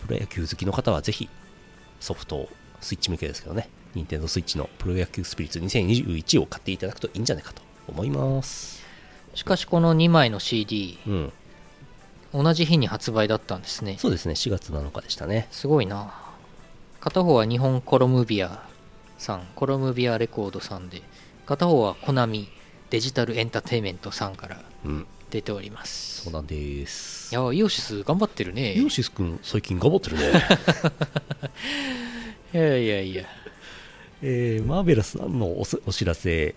[SPEAKER 2] プロ野球好きの方はぜひソフトをスイッチ向けですけどね任天堂スイッチのプロ野球スピリッツ2021を買っていただくといいんじゃないかと思います
[SPEAKER 1] しかしこの2枚の CD
[SPEAKER 2] うん
[SPEAKER 1] 同じ日に発売だったんですね
[SPEAKER 2] そうですね4月7日でしたね
[SPEAKER 1] すごいな片方は日本コロムビアさんコロムビアレコードさんで片方はコナミデジタルエンターテインメントさんから
[SPEAKER 2] うん
[SPEAKER 1] 出ております
[SPEAKER 2] そうなんです
[SPEAKER 1] いやーイオシス頑張ってるね
[SPEAKER 2] ヨシス君最近頑張ってるね
[SPEAKER 1] いやいやいや
[SPEAKER 2] えーマーベラスさんのおすお知らせ、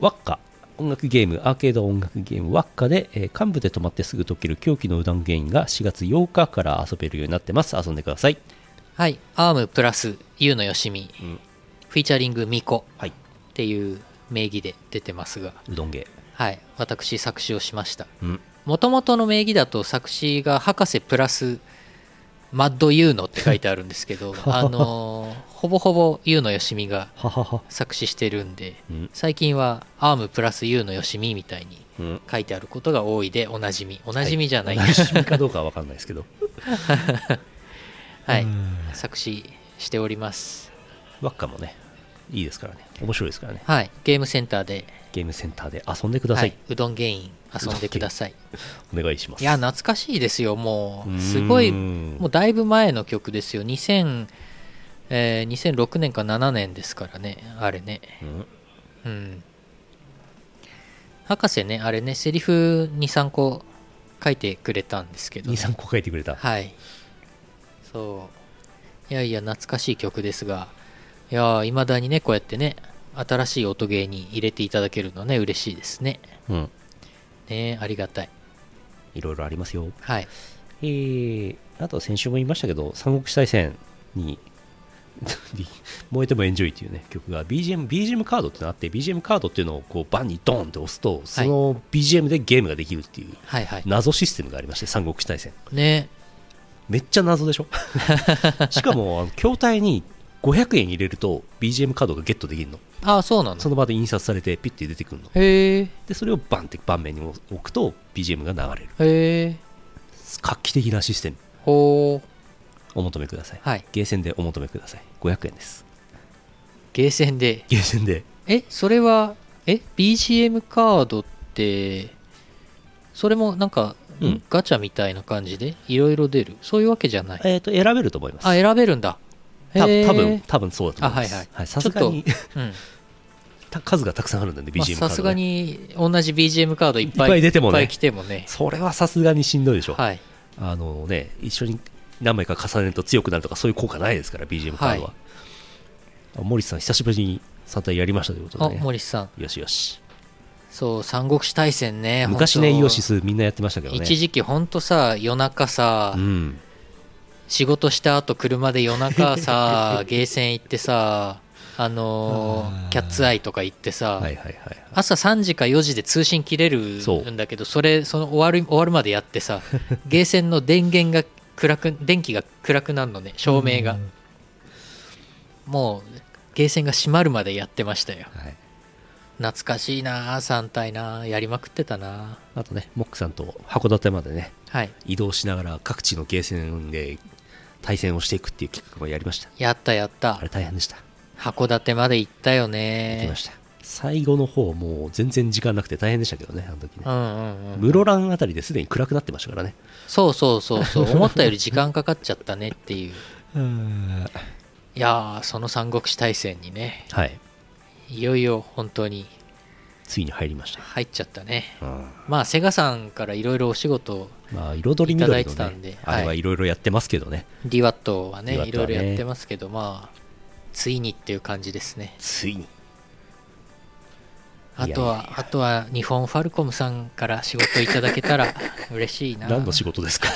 [SPEAKER 2] ワッカ、音楽ゲーム、アーケード音楽ゲーム、ワッカで、えー幹部で止まってすぐ解ける狂気のうどんゲインが4月8日から遊べるようになってます。遊んでください。
[SPEAKER 1] はい、アームプラス U のよしみ、
[SPEAKER 2] うん
[SPEAKER 1] フィーチャリングミコ
[SPEAKER 2] はい、
[SPEAKER 1] っていう名義で出てますが、
[SPEAKER 2] うどんゲ
[SPEAKER 1] はい、私作詞をしました。
[SPEAKER 2] ー。うん。
[SPEAKER 1] もともとの名義だと作詞が博士プラスマッドユーノって書いてあるんですけど、あのーほぼほぼユーノよしみが
[SPEAKER 2] ははは。
[SPEAKER 1] 作詞してるんで、
[SPEAKER 2] うん。
[SPEAKER 1] 最近はアームプラス U のよしみみたいに
[SPEAKER 2] うん。
[SPEAKER 1] 書いてあることが多いでおなじみおなじみじゃない、
[SPEAKER 2] お
[SPEAKER 1] は
[SPEAKER 2] 馴
[SPEAKER 1] い
[SPEAKER 2] 染みかどうかはわかんないですけど。 うん
[SPEAKER 1] 作詞しております、
[SPEAKER 2] ワッカもね、いいですからね。面白いですからね。
[SPEAKER 1] はい、ゲームセンターで
[SPEAKER 2] ゲームセンターで遊んでください。
[SPEAKER 1] はいうどんゲイン遊んでください
[SPEAKER 2] お願いします。
[SPEAKER 1] いや懐かしいですよも
[SPEAKER 2] うー
[SPEAKER 1] うんすごいもうだいぶ前の曲ですよ2000、えー2006年か7年ですからねあれね
[SPEAKER 2] うん
[SPEAKER 1] うん博士ねあれねセリフ23個書いてくれたんですけど
[SPEAKER 2] 2、3個書いてくれた。
[SPEAKER 1] はい。そう。いやいや、懐かしい曲ですが、いやいまだにね、こうやってね、新しい音ゲーに入れていただけるのね、嬉しいですね。
[SPEAKER 2] うん。
[SPEAKER 1] ねありがたい。
[SPEAKER 2] いろいろありますよ。
[SPEAKER 1] はい。
[SPEAKER 2] えー、あと先週も言いましたけど、三国志大戦に 燃えてもエンジョイっていうね曲が BGM, BGM カードってのあって BGM カードっていうのをこうバンにドーンって押すとその BGM でゲームができるっていう
[SPEAKER 1] はいはい。
[SPEAKER 2] 謎システムがありまして三国志大戦
[SPEAKER 1] ね
[SPEAKER 2] めっちゃ謎でしょ しかもあの筐体に500円入れると BGM カードがゲットできるの
[SPEAKER 1] ああ、そうなの
[SPEAKER 2] その場で印刷されてピッて出てくるの
[SPEAKER 1] へえ、
[SPEAKER 2] でそれをバンって盤面に置くと BGM が流れる
[SPEAKER 1] へえ、
[SPEAKER 2] 画期的なシステム
[SPEAKER 1] ほう。
[SPEAKER 2] お求めください、
[SPEAKER 1] はい。
[SPEAKER 2] ゲーセンでお求めください500円です
[SPEAKER 1] ゲーセンで。
[SPEAKER 2] ゲーセンで
[SPEAKER 1] え、それは、え、BGM カードって、それもなんか、
[SPEAKER 2] うん
[SPEAKER 1] ガチャみたいな感じでいろいろ出るそういうわけじゃない
[SPEAKER 2] えっ、と選べると思います
[SPEAKER 1] あ選べるんだ
[SPEAKER 2] た
[SPEAKER 1] へー
[SPEAKER 2] 多分多分そうだと思います
[SPEAKER 1] あはいはい
[SPEAKER 2] さすがに
[SPEAKER 1] うん
[SPEAKER 2] た数がたくさんあるんで
[SPEAKER 1] まあ
[SPEAKER 2] BGM カードね、
[SPEAKER 1] さすがに同じ BGM カードいっぱい
[SPEAKER 2] いっぱい出てもね
[SPEAKER 1] いっぱい来てもね
[SPEAKER 2] それはさすがにしんどいでしょ、
[SPEAKER 1] はい
[SPEAKER 2] あのね一緒に何枚か重ねると強くなるとかそういう効果ないですから BGM カードは、
[SPEAKER 1] は
[SPEAKER 2] あ森さん久しぶりに3体やりましたということ
[SPEAKER 1] あ
[SPEAKER 2] でね
[SPEAKER 1] 森さん
[SPEAKER 2] よしよし
[SPEAKER 1] そう三国志大戦ね
[SPEAKER 2] 昔ね
[SPEAKER 1] 本
[SPEAKER 2] イ
[SPEAKER 1] 当
[SPEAKER 2] オシスみんなやってましたけどね
[SPEAKER 1] 一時期ほんとさ夜中さ、
[SPEAKER 2] うん
[SPEAKER 1] 仕事した後車で夜中 さゲーセン行ってさあのー
[SPEAKER 2] あー
[SPEAKER 1] キャッツアイとか行ってさ、
[SPEAKER 2] はいはいはいはい
[SPEAKER 1] 朝3時か4時で通信切れる
[SPEAKER 2] そうん
[SPEAKER 1] だけどそれその終わる終わるまでやって さゲーセンの電源が暗く電気が暗くなるのね照明がもうゲーセンが閉まるまでやってましたよ
[SPEAKER 2] はい
[SPEAKER 1] 懐かしいなあ3体なあやりまくってたな
[SPEAKER 2] あとねモックさんと函館までね
[SPEAKER 1] あはい
[SPEAKER 2] 移動しながら各地のゲーセンで対戦をしていくっていう企画もやりました
[SPEAKER 1] やったやっ
[SPEAKER 2] あ
[SPEAKER 1] た
[SPEAKER 2] れ大変でした
[SPEAKER 1] 函館まで行ったよ
[SPEAKER 2] 行き
[SPEAKER 1] ね
[SPEAKER 2] ました最後の方もう全然時間なくて大変でしたけどねあの時
[SPEAKER 1] うん
[SPEAKER 2] ね
[SPEAKER 1] うんうん
[SPEAKER 2] 室蘭あたりですでに暗くなってましたからね
[SPEAKER 1] そうそうそうそう思ったより時間かかっちゃったねっていういやーその三国志大戦にね
[SPEAKER 2] はい
[SPEAKER 1] いよいよ本当に
[SPEAKER 2] ついに入りましたよ
[SPEAKER 1] 入っちゃったね
[SPEAKER 2] うん
[SPEAKER 1] まあセガさんからいろいろお仕事
[SPEAKER 2] まあ彩り緑
[SPEAKER 1] いただいてた
[SPEAKER 2] の
[SPEAKER 1] んで
[SPEAKER 2] ねあれは
[SPEAKER 1] はい
[SPEAKER 2] いろいろやってますけどね
[SPEAKER 1] DWAT はね
[SPEAKER 2] DWAT はね
[SPEAKER 1] いろいろやってますけどまあついにっていう感じですね
[SPEAKER 2] ついに
[SPEAKER 1] あと
[SPEAKER 2] いや
[SPEAKER 1] は、あとは日本ファルコムさんから仕事いただけた ら嬉しいな。
[SPEAKER 2] 何の仕事ですか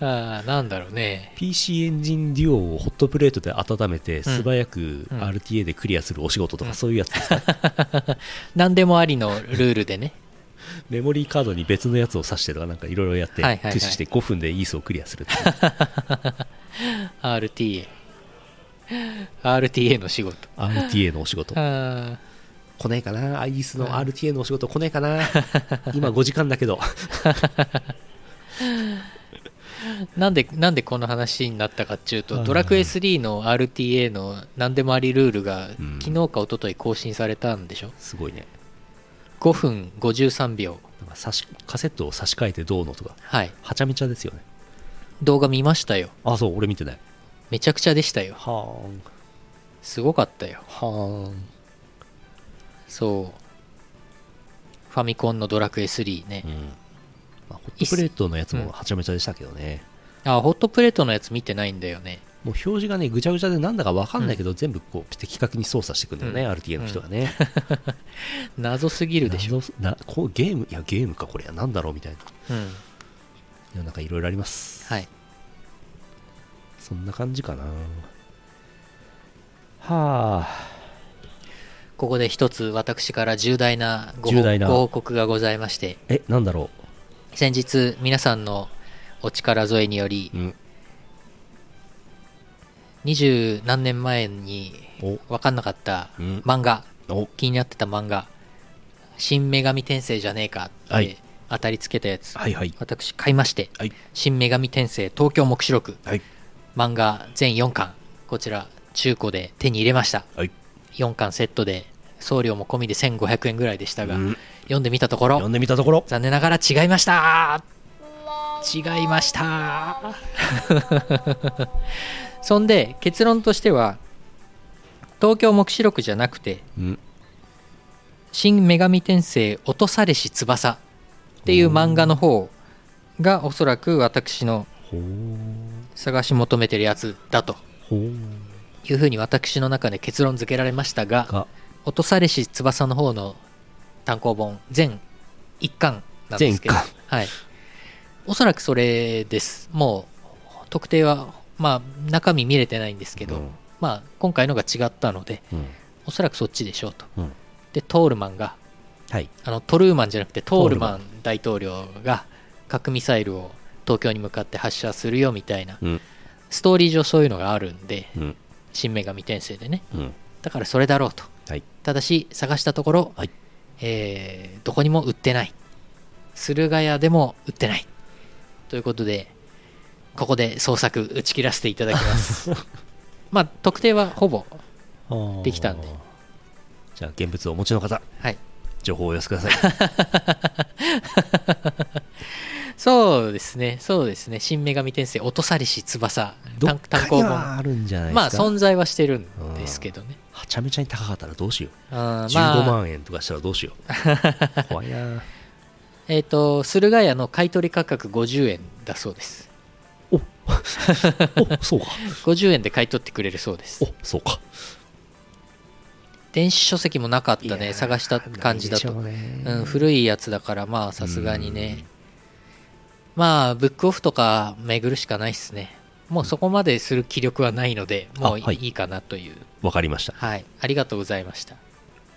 [SPEAKER 1] ああなんだろうね。
[SPEAKER 2] PC エンジンデュオをホットプレートで温めて素早く
[SPEAKER 1] うん
[SPEAKER 2] RTA でクリアするお仕事とかそういうやつです か
[SPEAKER 1] 何でもありのルールで ね。
[SPEAKER 2] メモリーカードに別のやつを挿してとかなんかいろいろやって
[SPEAKER 1] はいはいはい
[SPEAKER 2] 駆使して5分でイースをクリアするっていう
[SPEAKER 1] RTA。RTA の仕事。
[SPEAKER 2] RTA のお仕事
[SPEAKER 1] あ
[SPEAKER 2] 来ねえかなアイスの RTA のお仕事来ねえか な今5時間だけど
[SPEAKER 1] ーなんで、なんでこの話になったかっていう
[SPEAKER 2] あ
[SPEAKER 1] と、
[SPEAKER 2] ー
[SPEAKER 1] ドラクエ3の RTA の何でもありルールが
[SPEAKER 2] うん
[SPEAKER 1] 昨日か一昨日更新されたんでしょ
[SPEAKER 2] すごいね
[SPEAKER 1] ?5 分53秒。
[SPEAKER 2] なんか差しカセットを差し替えてどうのとか
[SPEAKER 1] はい。
[SPEAKER 2] はちゃめちゃですよね
[SPEAKER 1] 動画見ましたよ。
[SPEAKER 2] あそう俺見てない
[SPEAKER 1] めちゃくちゃでしたよ。
[SPEAKER 2] はーん
[SPEAKER 1] すごかったよ。
[SPEAKER 2] はーん
[SPEAKER 1] そう。ファミコンのドラクエ3ね
[SPEAKER 2] う。んまあホットプレートのやつもはちゃめちゃでしたけどね
[SPEAKER 1] あ、ホットプレートのやつ見てないんだよね。
[SPEAKER 2] もう表示がねぐちゃぐちゃでなんだかわかんないけど、全部こう的確に操作してくんだよね、
[SPEAKER 1] うん
[SPEAKER 2] RTA の人が ね、
[SPEAKER 1] 謎すぎるでしょ、
[SPEAKER 2] 謎なこうゲームいやゲームかこれはなんだろうみたいな
[SPEAKER 1] うん、
[SPEAKER 2] 世の中いろいろあります
[SPEAKER 1] はい
[SPEAKER 2] そんな感じかなはあ
[SPEAKER 1] ここで一つ私から重大なご
[SPEAKER 2] 重大な
[SPEAKER 1] ご報告がございまして
[SPEAKER 2] えなんだろ
[SPEAKER 1] 先日皆さんのお力添えにより
[SPEAKER 2] う、うん、
[SPEAKER 1] 二十何年前に
[SPEAKER 2] お
[SPEAKER 1] 分かんなかった
[SPEAKER 2] うん
[SPEAKER 1] 漫画、
[SPEAKER 2] お
[SPEAKER 1] 気になってた漫画「新女神転生じゃねえか」っ
[SPEAKER 2] は
[SPEAKER 1] て
[SPEAKER 2] い
[SPEAKER 1] 当たりつけたやつ、
[SPEAKER 2] はいはい
[SPEAKER 1] 私買いまして
[SPEAKER 2] はい
[SPEAKER 1] 「新女神転生東京黙示録
[SPEAKER 2] はい」
[SPEAKER 1] 漫画全4巻こちら中古で手に入れました
[SPEAKER 2] はい
[SPEAKER 1] 4巻セットで送料も込みで1500円ぐらいでしたが、
[SPEAKER 2] うん
[SPEAKER 1] 読んでみたとこ
[SPEAKER 2] 読
[SPEAKER 1] ろ
[SPEAKER 2] んでみたところ
[SPEAKER 1] 残念ながら違いました違いました そんで結論としては東京黙示録じゃなくて
[SPEAKER 2] うん
[SPEAKER 1] 新女神転生落とされし翼っていう漫画の方がおそらく私の
[SPEAKER 2] ほう
[SPEAKER 1] 探し求めてるやつだと
[SPEAKER 2] ほう
[SPEAKER 1] いうふうに私の中で結論付けられましたが
[SPEAKER 2] が
[SPEAKER 1] 落とされし翼の方の単行本全1巻なんですけど
[SPEAKER 2] 全一
[SPEAKER 1] はいおそらくそれですもう特定はまあ中身見れてないんですけど、
[SPEAKER 2] うん
[SPEAKER 1] まあ今回のが違ったので
[SPEAKER 2] うん
[SPEAKER 1] おそらくそっちでしょうと
[SPEAKER 2] うん
[SPEAKER 1] でトールマンが
[SPEAKER 2] はい
[SPEAKER 1] あのトルーマンじゃなくてトールマ
[SPEAKER 2] ト
[SPEAKER 1] ン大統領が核ミサイルを東京に向かって発射するよみたいな
[SPEAKER 2] うん
[SPEAKER 1] ストーリー上そういうのがあるんで
[SPEAKER 2] うん
[SPEAKER 1] 新女神転生でね
[SPEAKER 2] うん
[SPEAKER 1] だからそれだろうと
[SPEAKER 2] はい
[SPEAKER 1] ただし探したところ、
[SPEAKER 2] はい
[SPEAKER 1] えーどこにも売ってない駿河屋でも売ってないということでここで捜索打ち切らせていただきます まあ特定はほぼできたんで
[SPEAKER 2] じゃあ現物をお持ちの方
[SPEAKER 1] はい
[SPEAKER 2] 情報をお寄せく ださい
[SPEAKER 1] そうですね、そうですね、新女神転生、落とされし翼、
[SPEAKER 2] ど
[SPEAKER 1] 単
[SPEAKER 2] っか
[SPEAKER 1] 単
[SPEAKER 2] に
[SPEAKER 1] 行
[SPEAKER 2] は
[SPEAKER 1] 本、
[SPEAKER 2] あるんじゃない
[SPEAKER 1] ま
[SPEAKER 2] で
[SPEAKER 1] あ
[SPEAKER 2] すか
[SPEAKER 1] 存在はしてるんですけどね、
[SPEAKER 2] はちゃめちゃに高かったらどうしよう
[SPEAKER 1] あー
[SPEAKER 2] 15
[SPEAKER 1] まあ、
[SPEAKER 2] 万円とかしたらどうしよ う怖いな
[SPEAKER 1] えっ、と、駿河屋の買い取り価格50円だそうです、
[SPEAKER 2] おおそうか
[SPEAKER 1] 50円で買い取ってくれるそうです
[SPEAKER 2] お、そうか
[SPEAKER 1] 電子書籍もなかったね、探した感じだと、うん、古いやつだから、まあさすがにね、まあ、ブックオフとか巡るしかないっすね、もうそこまでする気力はないので、もう
[SPEAKER 2] あはい
[SPEAKER 1] いいかなという、
[SPEAKER 2] わかりました
[SPEAKER 1] はい、ありがとうございました。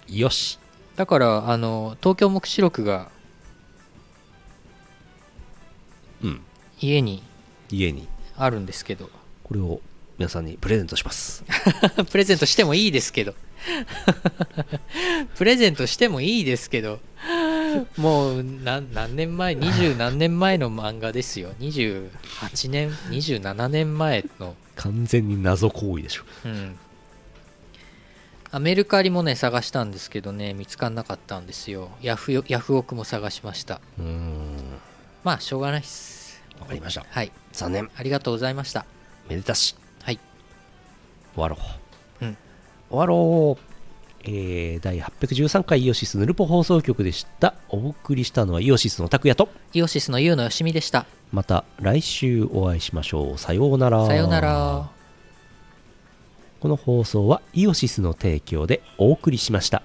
[SPEAKER 2] よし
[SPEAKER 1] だからあの東京黙示録が
[SPEAKER 2] うん
[SPEAKER 1] 家に
[SPEAKER 2] 家に
[SPEAKER 1] あるんですけど
[SPEAKER 2] これを皆さんにプレゼントします
[SPEAKER 1] プレゼントしてもいいですけど プレゼントしてもいいですけどもう何何年前二十何年前の漫画ですよ28年27年前の、
[SPEAKER 2] 完全に謎行為でしょ
[SPEAKER 1] うん、あメルカリもね探したんですけどね見つからなかったんですよヤフヨヤフオクも探しました
[SPEAKER 2] うーん
[SPEAKER 1] まあしょうがないっす
[SPEAKER 2] わかりました
[SPEAKER 1] はい
[SPEAKER 2] 残念
[SPEAKER 1] ありがとうございました
[SPEAKER 2] めでたし
[SPEAKER 1] はい
[SPEAKER 2] 終わろう、
[SPEAKER 1] うん
[SPEAKER 2] 終わろうえー、第813回イオシスヌルポ放送局でしたお送りしたのはイオシスの拓也と
[SPEAKER 1] イオシスのユウのよしみでした。
[SPEAKER 2] また来週お会いしましょうさようなら
[SPEAKER 1] さようなら。
[SPEAKER 2] この放送はイオシスの提供でお送りしました